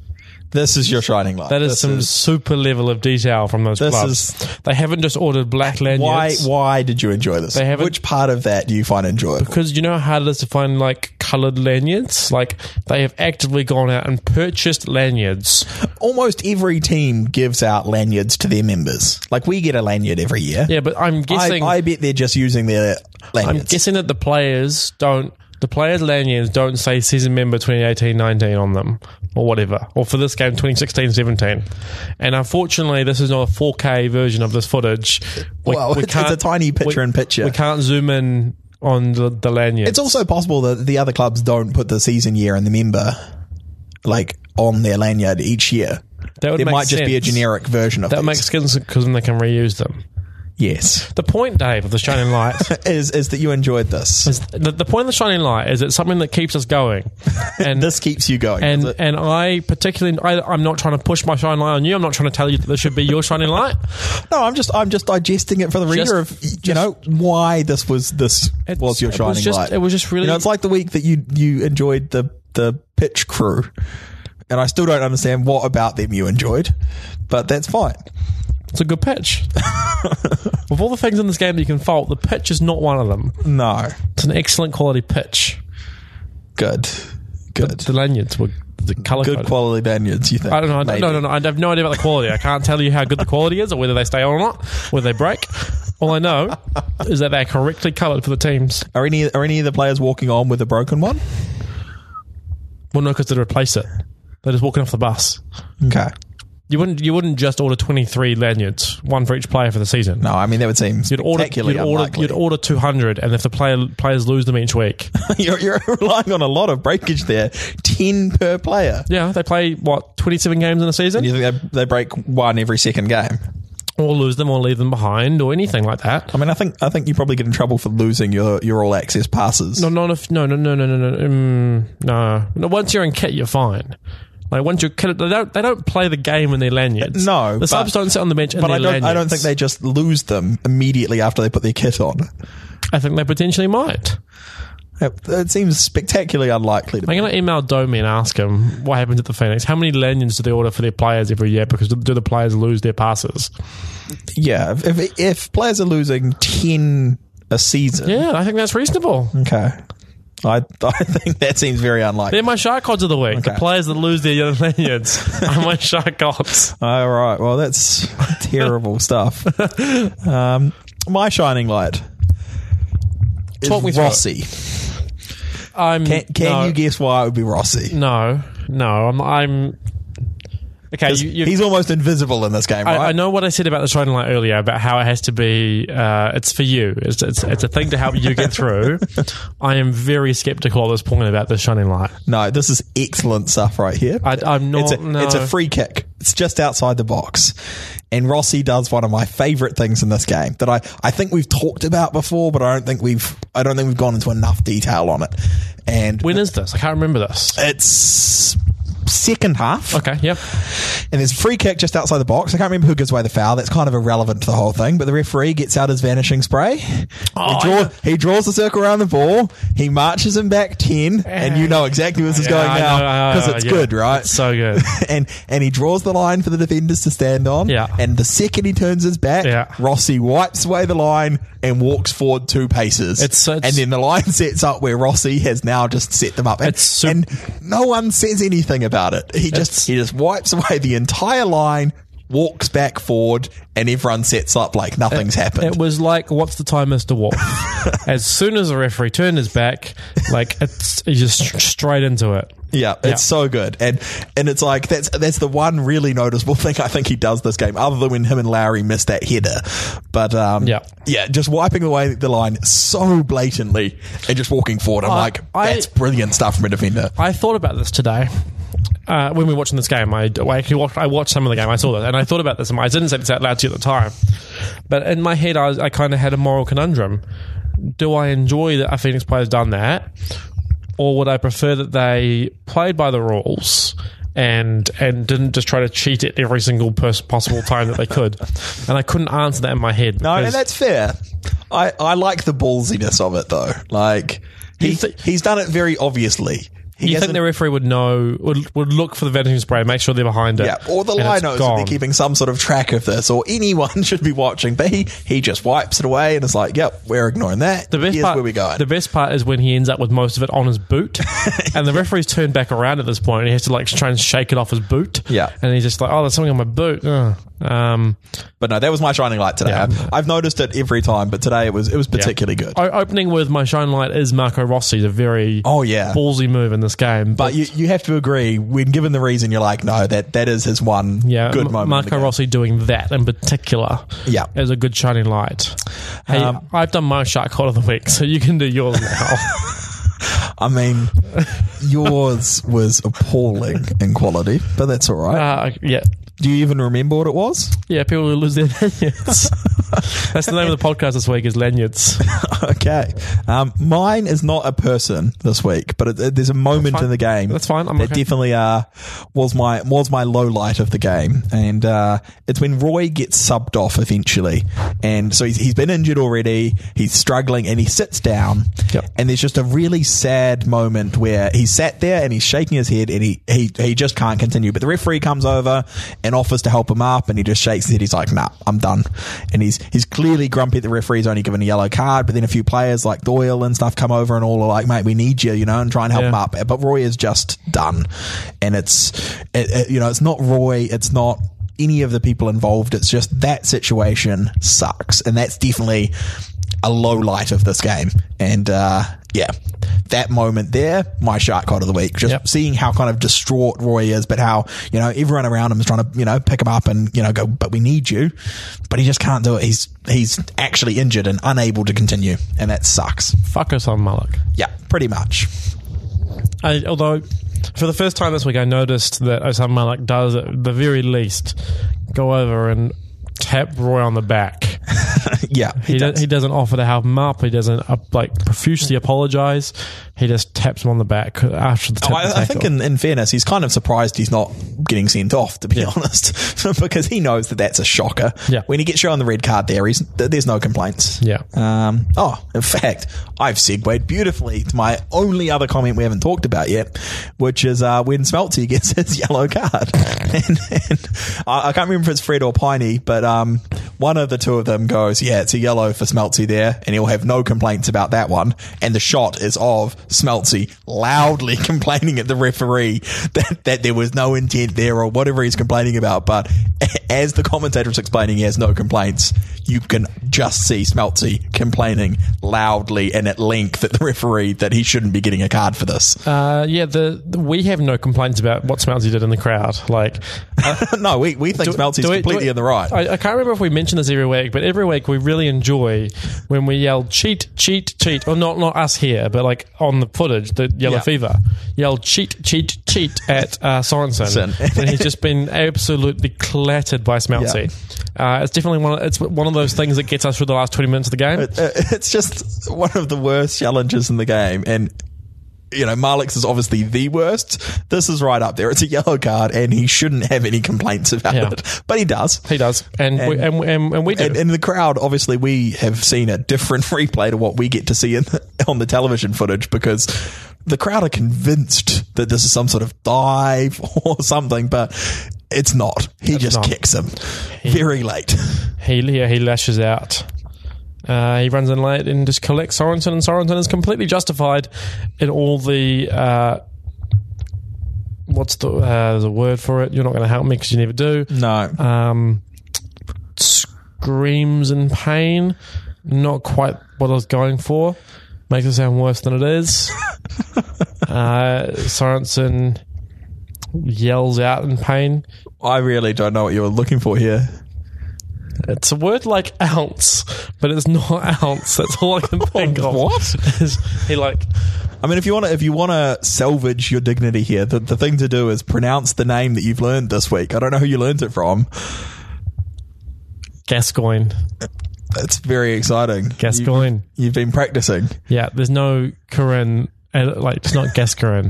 Speaker 4: This is your shining light.
Speaker 3: that is
Speaker 4: This
Speaker 3: some super level of detail from those
Speaker 4: This
Speaker 3: clubs. they haven't just ordered black
Speaker 4: why
Speaker 3: lanyards.
Speaker 4: why did you enjoy this?
Speaker 3: They haven't-
Speaker 4: Which part of that do you find enjoyable?
Speaker 3: Because you know how hard it is to find like coloured lanyards. Like they have actively gone out and purchased lanyards.
Speaker 4: Almost every team gives out lanyards to their members. Like we get a lanyard every year.
Speaker 3: Yeah, but I'm
Speaker 4: I,
Speaker 3: guessing
Speaker 4: I bet they're just using their
Speaker 3: I'm
Speaker 4: lanyards.
Speaker 3: guessing that the players don't the players lanyards don't say season member 2018-19 on them or whatever or for this game 2016-17 and unfortunately this is not a 4k version of this footage we,
Speaker 4: Well, it's- it's a tiny picture
Speaker 3: we-
Speaker 4: in picture.
Speaker 3: we can't zoom in on the, the lanyards
Speaker 4: It's also possible that the other clubs don't put the season year and the member like on their lanyard each year.
Speaker 3: that would
Speaker 4: There
Speaker 3: make
Speaker 4: might just be a
Speaker 3: sense.
Speaker 4: generic version of
Speaker 3: that
Speaker 4: these.
Speaker 3: makes sense because then they can reuse them
Speaker 4: yes
Speaker 3: the point dave of the shining light
Speaker 4: is is that you enjoyed this.
Speaker 3: is the, the point of the shining light is it's something that keeps us going and
Speaker 4: this keeps you going.
Speaker 3: and
Speaker 4: is it?
Speaker 3: and I particularly I, I'm not trying to push my shining light on you. I'm not trying to tell you that this should be your shining light.
Speaker 4: no, I'm just I'm just digesting it for the
Speaker 3: Just-
Speaker 4: reader of you know why this was this
Speaker 3: It's-
Speaker 4: was your
Speaker 3: it was
Speaker 4: shining
Speaker 3: just-
Speaker 4: light.
Speaker 3: it was just really-
Speaker 4: You know, it's like the week that you you enjoyed the the pitch crew, and I still don't understand what about them you enjoyed, but that's fine.
Speaker 3: It's a good pitch. With all the things in this game that you can fault, the pitch is not one of them.
Speaker 4: No,
Speaker 3: It's an excellent quality pitch.
Speaker 4: good, good,
Speaker 3: The lanyards were the color
Speaker 4: good quality lanyards. You think?
Speaker 3: I don't know. I don't,
Speaker 4: maybe.
Speaker 3: no, no, no. I have no idea about the quality. I can't tell you how good the quality is or whether they stay on or not, whether they break. All I know is that they're correctly colored for the teams.
Speaker 4: Are any are any of the players walking on with a broken one?
Speaker 3: Well, no, because they replace it. They're just walking off the bus.
Speaker 4: Okay.
Speaker 3: You wouldn't. You wouldn't just order twenty three lanyards, one for each player for the season.
Speaker 4: No, I mean that would seem
Speaker 3: You'd order,
Speaker 4: particularly
Speaker 3: you'd order,
Speaker 4: unlikely.
Speaker 3: you'd order 200, and if the player, players lose them each week,
Speaker 4: you're, you're relying on a lot of breakage there. Ten per player.
Speaker 3: yeah, they play what 27 games in a season,
Speaker 4: You think they, they break one every second game?
Speaker 3: or lose them, or leave them behind, or anything like that.
Speaker 4: I mean, I think I think you probably get in trouble for losing your, your all access passes.
Speaker 3: No, not if no, no, no, no, no, no, mm, no. no. Once you're in kit, you're fine. Like once you're kit, they don't they don't play the game in their lanyards.
Speaker 4: No,
Speaker 3: the
Speaker 4: but-
Speaker 3: subs don't sit on the bench. In
Speaker 4: but
Speaker 3: their
Speaker 4: I don't. I don't think they
Speaker 3: lanyards.
Speaker 4: just lose them immediately after they put their kit on.
Speaker 3: I think they potentially might.
Speaker 4: It, it seems spectacularly unlikely. To
Speaker 3: I'm
Speaker 4: me.
Speaker 3: going to email Domi and ask him what happens at the Phoenix. How many lanyards do they order for their players every year? Because do the players lose their passes?
Speaker 4: Yeah, if, if if players are losing ten a season,
Speaker 3: Yeah, I think that's reasonable.
Speaker 4: okay. I I think that seems very unlikely.
Speaker 3: They're my shark odds of the week. The
Speaker 4: Okay.
Speaker 3: players that lose their yellow lanyards are my shark odds.
Speaker 4: All right. Well, that's terrible stuff. Um, my shining light. is
Speaker 3: Talk me through it.
Speaker 4: Rossi.
Speaker 3: I'm
Speaker 4: Can, can
Speaker 3: no,
Speaker 4: you guess why it would be Rossi?
Speaker 3: No, no. I'm. I'm okay, you, you,
Speaker 4: He's almost invisible in this game, right?
Speaker 3: I, I know what I said about the shining light earlier about how it has to be. Uh, it's for you. It's, it's it's a thing to help you get through. I am very skeptical at this point about the shining light.
Speaker 4: No, this is excellent stuff right here.
Speaker 3: I, I'm not.
Speaker 4: it's, a,
Speaker 3: no.
Speaker 4: it's a free kick. It's just outside the box. And Rossi does one of my favorite things in this game that I, I think we've talked about before, but I don't think we've I don't think we've gone into enough detail on it. And
Speaker 3: When is this? I can't remember this.
Speaker 4: it's second half.
Speaker 3: Okay. Yep.
Speaker 4: And there's a free kick just outside the box. I can't remember who gives away the foul. That's kind of irrelevant to the whole thing. But the referee gets out his vanishing spray.
Speaker 3: Oh,
Speaker 4: he, draw-
Speaker 3: I know.
Speaker 4: he draws the circle around the ball. He marches him back 10. And you know exactly where this is
Speaker 3: Yeah,
Speaker 4: going
Speaker 3: I
Speaker 4: now
Speaker 3: know, I know,
Speaker 4: because it's
Speaker 3: yeah.
Speaker 4: good, right?
Speaker 3: It's so good.
Speaker 4: and and he draws the line for the defenders to stand on.
Speaker 3: Yeah.
Speaker 4: And the second he turns his back,
Speaker 3: Yeah.
Speaker 4: Rossi wipes away the line and walks forward two paces.
Speaker 3: It's such-
Speaker 4: and then the line sets up where Rossi has now just set them up. And,
Speaker 3: It's sup-
Speaker 4: and no one says anything about it. He
Speaker 3: It's-
Speaker 4: just he just wipes away the entire line, walks back forward, and everyone sets up like nothing's happened.
Speaker 3: It was like, what's the time, Mr. Wolf? as soon as the referee turned his back, like, it's, he just st- straight into it.
Speaker 4: Yeah, it's
Speaker 3: Yeah.
Speaker 4: so good, and and it's like that's that's the one really noticeable thing I think he does this game, other than when him and Lowry missed that header. But um,
Speaker 3: Yeah.
Speaker 4: yeah, just wiping away the line so blatantly and just walking forward. I'm
Speaker 3: I-
Speaker 4: like,
Speaker 3: I-
Speaker 4: that's brilliant stuff from a defender.
Speaker 3: I thought about this today. Uh, when we were watching this game, I, I actually watched, I watched some of the game. I saw this, and I thought about this. And I didn't say this out loud to you at the time, but in my head, I, was- I kind of had a moral conundrum. Do I enjoy that a Phoenix player's done that, or would I prefer that they played by the rules and and didn't just try to cheat at every single pers- possible time that they could? And I couldn't answer that in my head.
Speaker 4: No, and
Speaker 3: because-
Speaker 4: that's fair. I, I like the ballsiness of it though. Like he,
Speaker 3: You thi-
Speaker 4: he's done it very obviously. He
Speaker 3: you think
Speaker 4: hasn't-
Speaker 3: the referee would know would, would look for the vanishing spray, make sure they're behind it,
Speaker 4: yeah, or the
Speaker 3: and it's
Speaker 4: linos should
Speaker 3: gone.
Speaker 4: be keeping some sort of track of this, or anyone should be watching. But he, he just wipes it away and it's like, yep, we're ignoring that.
Speaker 3: The best
Speaker 4: Here's
Speaker 3: part,
Speaker 4: where we go.
Speaker 3: The best part is when he ends up with most of it on his boot, and the referee's turned back around at this point, and he has to like try and shake it off his boot.
Speaker 4: Yeah.
Speaker 3: and he's just like, "Oh, there's something on my boot." Ugh. Um,
Speaker 4: But no, that was my shining light today.
Speaker 3: Yeah.
Speaker 4: I've, I've noticed it every time, but today it was it was particularly good.
Speaker 3: o- opening with my shine light is Marco Rossi, the very
Speaker 4: Oh, yeah.
Speaker 3: ballsy move in this game.
Speaker 4: But you, you have to agree when given the reason, you're like, no, that that is his one
Speaker 3: yeah,
Speaker 4: good
Speaker 3: M-
Speaker 4: moment. in the
Speaker 3: Marco
Speaker 4: game.
Speaker 3: Rossi doing that in particular,
Speaker 4: Yeah.
Speaker 3: is a good shining light. Hey,
Speaker 4: Um,
Speaker 3: I've done my shark hole of the week, so you can do yours now.
Speaker 4: I mean, yours was appalling in quality, but that's all right.
Speaker 3: uh, yeah,
Speaker 4: Do you even remember what it was?
Speaker 3: yeah, people who lose their lanyards. That's the name of the podcast this week is lanyards.
Speaker 4: okay, um, mine is not a person this week, but it, it- there's a moment
Speaker 3: fine.
Speaker 4: in the game
Speaker 3: That's fine. I'm
Speaker 4: that
Speaker 3: okay.
Speaker 4: definitely uh, was my was my low light of the game, and uh, it's when Roy gets subbed off eventually, and so he's, he's been injured already, he's struggling, and he sits down,
Speaker 3: Yep.
Speaker 4: and there's just a really sad moment where he sat there and he's shaking his head and he, he he just can't continue, but the referee comes over and offers to help him up, and he just shakes his head. He's like, "Nah, I'm done," and he's he's clearly grumpy. at The referee's only given a yellow card, but then a few players like Doyle and stuff come over and all are like, "Mate, we need you," you know, and try and help
Speaker 3: Yeah.
Speaker 4: him up. But Roy is just done, and it's it, it- you know it's not Roy, it's not any of the people involved. It's just that situation sucks, and that's definitely a low light of this game. And uh, yeah, that moment there, my shark card of the week, just
Speaker 3: Yep.
Speaker 4: seeing how kind of distraught Roy is, but how you know everyone around him is trying to you know pick him up and you know go, but we need you, but he just can't do it. He's he's actually injured and unable to continue, and that sucks.
Speaker 3: Fuck us on Malik.
Speaker 4: Yeah, pretty much.
Speaker 3: I, although, for the first time this week, I noticed that Osama Malik does, at the very least, go over and tap Roy on the back.
Speaker 4: Yeah,
Speaker 3: He, do- he doesn't offer to help him up. He doesn't uh, like profusely apologize. He just taps him on the back after the. Tip
Speaker 4: Oh, I, I think, in, in fairness, he's kind of surprised he's not getting sent off, to be honest, because he knows that that's a shocker.
Speaker 3: Yeah.
Speaker 4: When he gets shown the red card there, he's, th- there's no complaints.
Speaker 3: Yeah.
Speaker 4: Um, oh, in fact, I've segued beautifully to my only other comment we haven't talked about yet, which is uh, when Smelty gets his yellow card. and, and I, I can't remember if it's Fred or Piney, but um, one of the two of them goes, Yeah, it's a yellow for Smelty there, and he'll have no complaints about that one. And the shot is of Smelty loudly complaining at the referee that, that there was no intent there or whatever he's complaining about. But as the commentator is explaining, he has no complaints. You can just see Smelty complaining loudly and at length at the referee that he shouldn't be getting a card for this.
Speaker 3: uh, yeah, the, the- we have no complaints about what Smountsy did in the crowd. Like,
Speaker 4: no, we, we think Smelty's
Speaker 3: do we-
Speaker 4: completely
Speaker 3: do we-
Speaker 4: in the right.
Speaker 3: I, I can't remember if we mention this every week, but every week we really enjoy when we yell cheat, cheat, cheat. Or not not us here, but like on the footage, the Yellow
Speaker 4: Yeah.
Speaker 3: Fever yell cheat, cheat, cheat at uh, Sorensen,
Speaker 4: Sorensen.
Speaker 3: and he's just been absolutely clattered by Smeltsy. Uh, it's definitely one. Of, it's one of those things that gets us through the last twenty minutes of the game.
Speaker 4: Uh, it's just one of the worst challenges in the game and you know Malik's is obviously the worst this is right up there it's a yellow card and he shouldn't have any complaints about
Speaker 3: Yeah.
Speaker 4: it but he does
Speaker 3: he does, and we, and, and, and we do.
Speaker 4: and in the crowd obviously we have seen a different replay to what we get to see in on the television footage because the crowd are convinced that this is some sort of dive or something but it's not he just
Speaker 3: not.
Speaker 4: kicks him very late
Speaker 3: He yeah, he lashes out. Uh, he runs in late and just collects Sorensen, and Sorensen is completely justified in all the. Uh, what's the uh, the word for it? You're not going to help me because you never do.
Speaker 4: no
Speaker 3: Um, screams in pain. Not quite what I was going for. Makes it sound worse than it is. Uh, Sorensen yells out in pain.
Speaker 4: I really don't know what you were looking for here.
Speaker 3: It's a word like ounce, but it's not ounce. That's all I can think of.
Speaker 4: Oh, What?
Speaker 3: Is he like?
Speaker 4: I mean, if you want to, if you want to salvage your dignity here, the, the thing to do is pronounce the name that you've learned this week. I don't know who you learned it from.
Speaker 3: Gascoigne.
Speaker 4: It's very exciting.
Speaker 3: Gascoigne.
Speaker 4: You, have been practicing.
Speaker 3: Yeah, there's no Corinne. uh, Like, it's not Gascoigne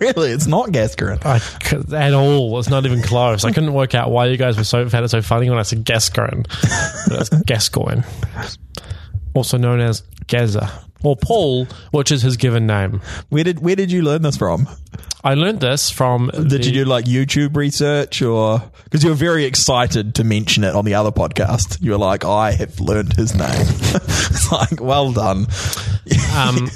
Speaker 4: really, it's not Gascarin.
Speaker 3: I c- at all. It's not even close. I couldn't work out why you guys were so found it so funny when I said Gascoigne. But That's Gascoigne, also known as Gaza or Paul, which is his given name.
Speaker 4: Where did where did you learn this from?
Speaker 3: I learned this from.
Speaker 4: Did you do like YouTube research or because you were very excited to mention it on the other podcast? You were like, I have learned his name. it's like, well done.
Speaker 3: um,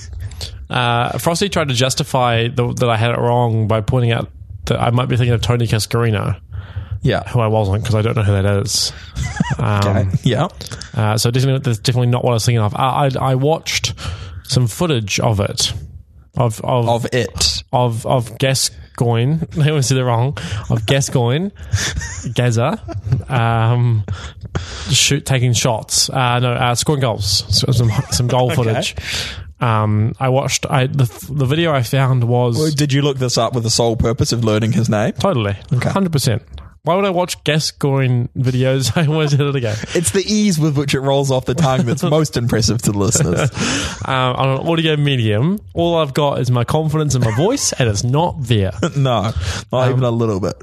Speaker 3: uh, Frosty tried to justify the, that I had it wrong by pointing out that I might be thinking of Tony Cascarino,
Speaker 4: Yeah.
Speaker 3: who I wasn't because I don't know who that is. Um,
Speaker 4: Okay. yeah.
Speaker 3: uh, so definitely, that's definitely not what I was thinking of. I, I, I watched some footage of it, of of
Speaker 4: Of it.
Speaker 3: of, of Gascoigne. I always said it wrong. Of Gascoigne, Gaza, um, shoot taking shots. Uh, no, uh, scoring goals. So some some goal footage. Um, I watched. I the the video I found was
Speaker 4: Did you look this up with the sole purpose of learning his name?
Speaker 3: totally hundred percent. Why would I watch Gascoigne videos? I always did it again.
Speaker 4: It's the ease with which it rolls off the tongue that's most impressive to the listeners.
Speaker 3: Um, on an audio medium, all I've got is my confidence in my voice, and it's not there.
Speaker 4: No, not even a little bit.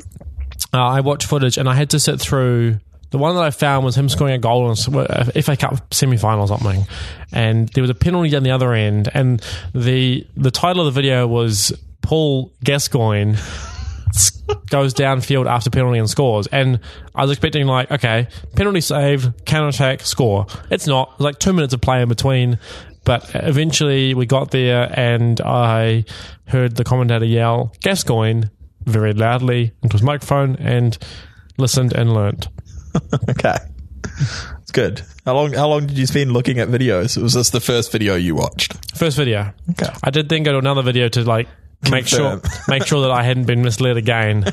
Speaker 3: uh, I watched footage and I had to sit through the one that I found was him scoring a goal in uh, a sw- FA Cup semi final or something, and there was a penalty on the other end, and the the title of the video was Paul Gascoigne s- goes downfield after penalty and scores, and I was expecting like okay penalty saved counter attack score. It's not There's like two minutes of play in between. But eventually we got there, and I heard the commentator yell Gascoigne very loudly into his microphone and listened and learnt.
Speaker 4: Okay, it's good. How long? How long did you spend looking at videos? Was this the first video you watched?
Speaker 3: First video.
Speaker 4: Okay.
Speaker 3: I did then go to another video to like make sure
Speaker 4: Confirm.
Speaker 3: make sure that I hadn't been misled again.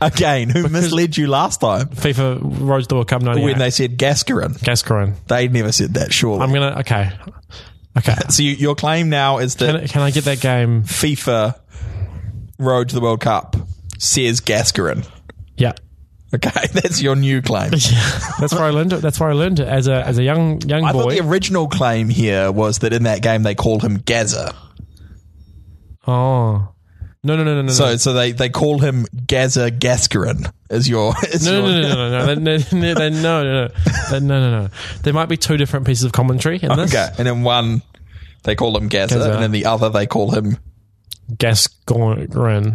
Speaker 4: Again, who misled you last time
Speaker 3: FIFA Road to the World Cup
Speaker 4: when
Speaker 3: 98.
Speaker 4: they said Gascarin?
Speaker 3: Gascoigne.
Speaker 4: They never said that. Surely.
Speaker 3: I'm gonna okay. Okay.
Speaker 4: so you, your claim now is that
Speaker 3: Can, I- can I get that game?
Speaker 4: FIFA Road to the World Cup says Gascarin.
Speaker 3: Yeah.
Speaker 4: Okay, that's your new claim.
Speaker 3: That's where I learned it. That's where I learned it as a as a young young
Speaker 4: I thought
Speaker 3: boy.
Speaker 4: the original claim here was that in that game they called him Gaza.
Speaker 3: oh. No no no no no.
Speaker 4: So so they they call him Gaza Gascarin. Is your is
Speaker 3: No,
Speaker 4: your,
Speaker 3: no, no, no, no, no, no, no, no, no, no, no, no, no, no. There might be two different pieces of commentary in this.
Speaker 4: Okay, and then one they call him Gaza,
Speaker 3: Gaza.
Speaker 4: and then the other they call him.
Speaker 3: Gascoigne.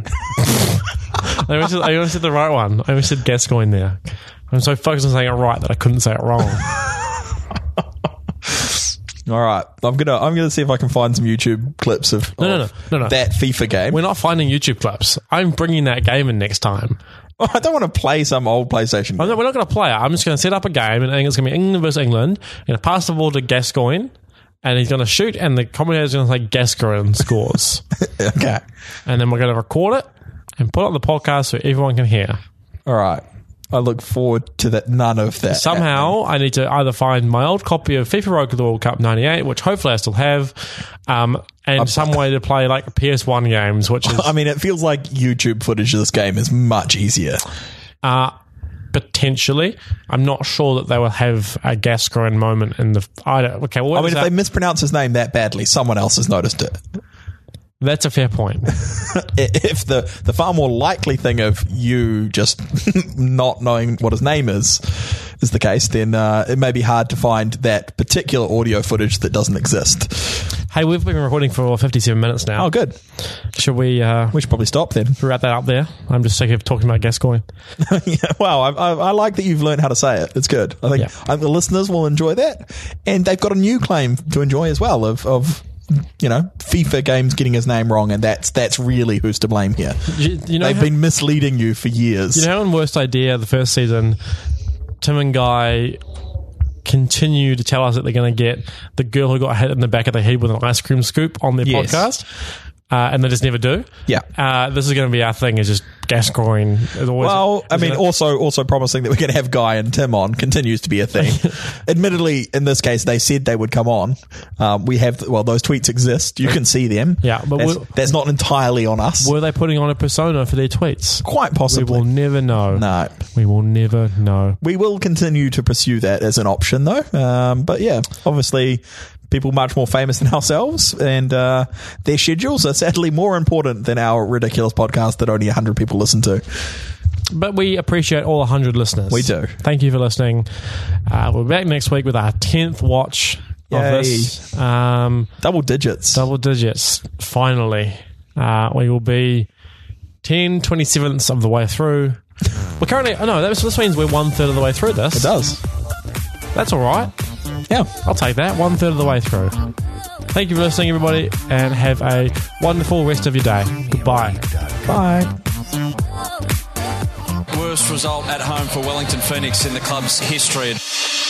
Speaker 3: I, always said, I always said the right one. I always said Gascoigne there. I'm so focused on saying it right that I couldn't say it wrong.
Speaker 4: All right, I'm gonna I'm gonna see if I can find some YouTube clips of,
Speaker 3: no,
Speaker 4: of
Speaker 3: no, no, no.
Speaker 4: that FIFA game.
Speaker 3: We're not finding YouTube clips. I'm bringing that game in next time.
Speaker 4: I don't want to play some old PlayStation.
Speaker 3: I'm not, we're not going to play it. I'm just going to set up a game, and it's going to be England versus England. I'm going to pass the ball to Gascoigne, and he's going to shoot, and the commentator's going to say Gascoigne scores.
Speaker 4: Okay,
Speaker 3: and then we're going to record it and put it on the podcast so everyone can hear.
Speaker 4: all right. I look forward to that. None of that.
Speaker 3: Somehow, I need to either find my old copy of FIFA Road to the World Cup '98, which hapefully I still have, um, and some way to play like PS1 games, which is
Speaker 4: I mean, it feels like YouTube footage of this game is much easier.
Speaker 3: uh, potentially. I'm not sure that they will have a Gascoigne moment in the. I don't. Okay, well,
Speaker 4: I mean, if they mispronounce his name that badly, someone else has noticed it.
Speaker 3: that's a fair point.
Speaker 4: I- If the the far more likely thing of you just not knowing what his name is is the case, then uh, it may be hard to find that particular audio footage that doesn't exist.
Speaker 3: hey, we've been recording for 57 minutes now.
Speaker 4: Oh, good.
Speaker 3: Should we uh,
Speaker 4: We should probably stop then.
Speaker 3: wrap that up there? I'm just sick of talking about Gascoigne.
Speaker 4: yeah, wow, I, I, I like that you've learned how to say it. It's good. I think
Speaker 3: Yeah.
Speaker 4: I think the listeners will enjoy that, and they've got a new claim to enjoy as well of of you know FIFA games getting his name wrong, and that's that's really who's to blame here.
Speaker 3: You, you know
Speaker 4: They've
Speaker 3: how-
Speaker 4: been misleading you for years.
Speaker 3: You know, in Worst Idea, the first season, Tim and Guy continue to tell us that they're going to get the girl who got hit in the back of the head with an ice cream scoop on their
Speaker 4: Yes.
Speaker 3: podcast. uh, and they just never do.
Speaker 4: Yeah.
Speaker 3: Uh, this is going to be our thing. Is just Gascoigne. Is always,
Speaker 4: Well, I
Speaker 3: is
Speaker 4: mean,
Speaker 3: it-
Speaker 4: also also promising that we're going to have Guy and Tim on continues to be a thing. Admittedly, in this case, they said they would come on. Um, we have well, those tweets exist. You can see them.
Speaker 3: Yeah, but
Speaker 4: that's,
Speaker 3: we're-
Speaker 4: that's not entirely on us.
Speaker 3: were they putting on a persona for their tweets?
Speaker 4: Quite
Speaker 3: We
Speaker 4: possibly.
Speaker 3: will never know.
Speaker 4: no.
Speaker 3: We will never know.
Speaker 4: We will continue to pursue that as an option, though. Um, but yeah, obviously, people much more famous than ourselves, and uh, their schedules are sadly more important than our ridiculous podcast that only 100 people listen to.
Speaker 3: But we appreciate all 100 listeners.
Speaker 4: We do.
Speaker 3: Thank you for listening. Uh, we'll be back next week with our 10th watch
Speaker 4: Yay.
Speaker 3: of this. Um,
Speaker 4: Double digits.
Speaker 3: double digits, finally. Uh, we will be 10 27ths of the way through. We're currently, oh no, that was, this means we're one third of the way through this.
Speaker 4: It does.
Speaker 3: That's all right.
Speaker 4: Yeah.
Speaker 3: I'll take that. One third of the way through. Thank you for listening, everybody, and have a wonderful rest of your day. Goodbye.
Speaker 4: Bye.
Speaker 2: Worst result at home for Wellington Phoenix in the club's history.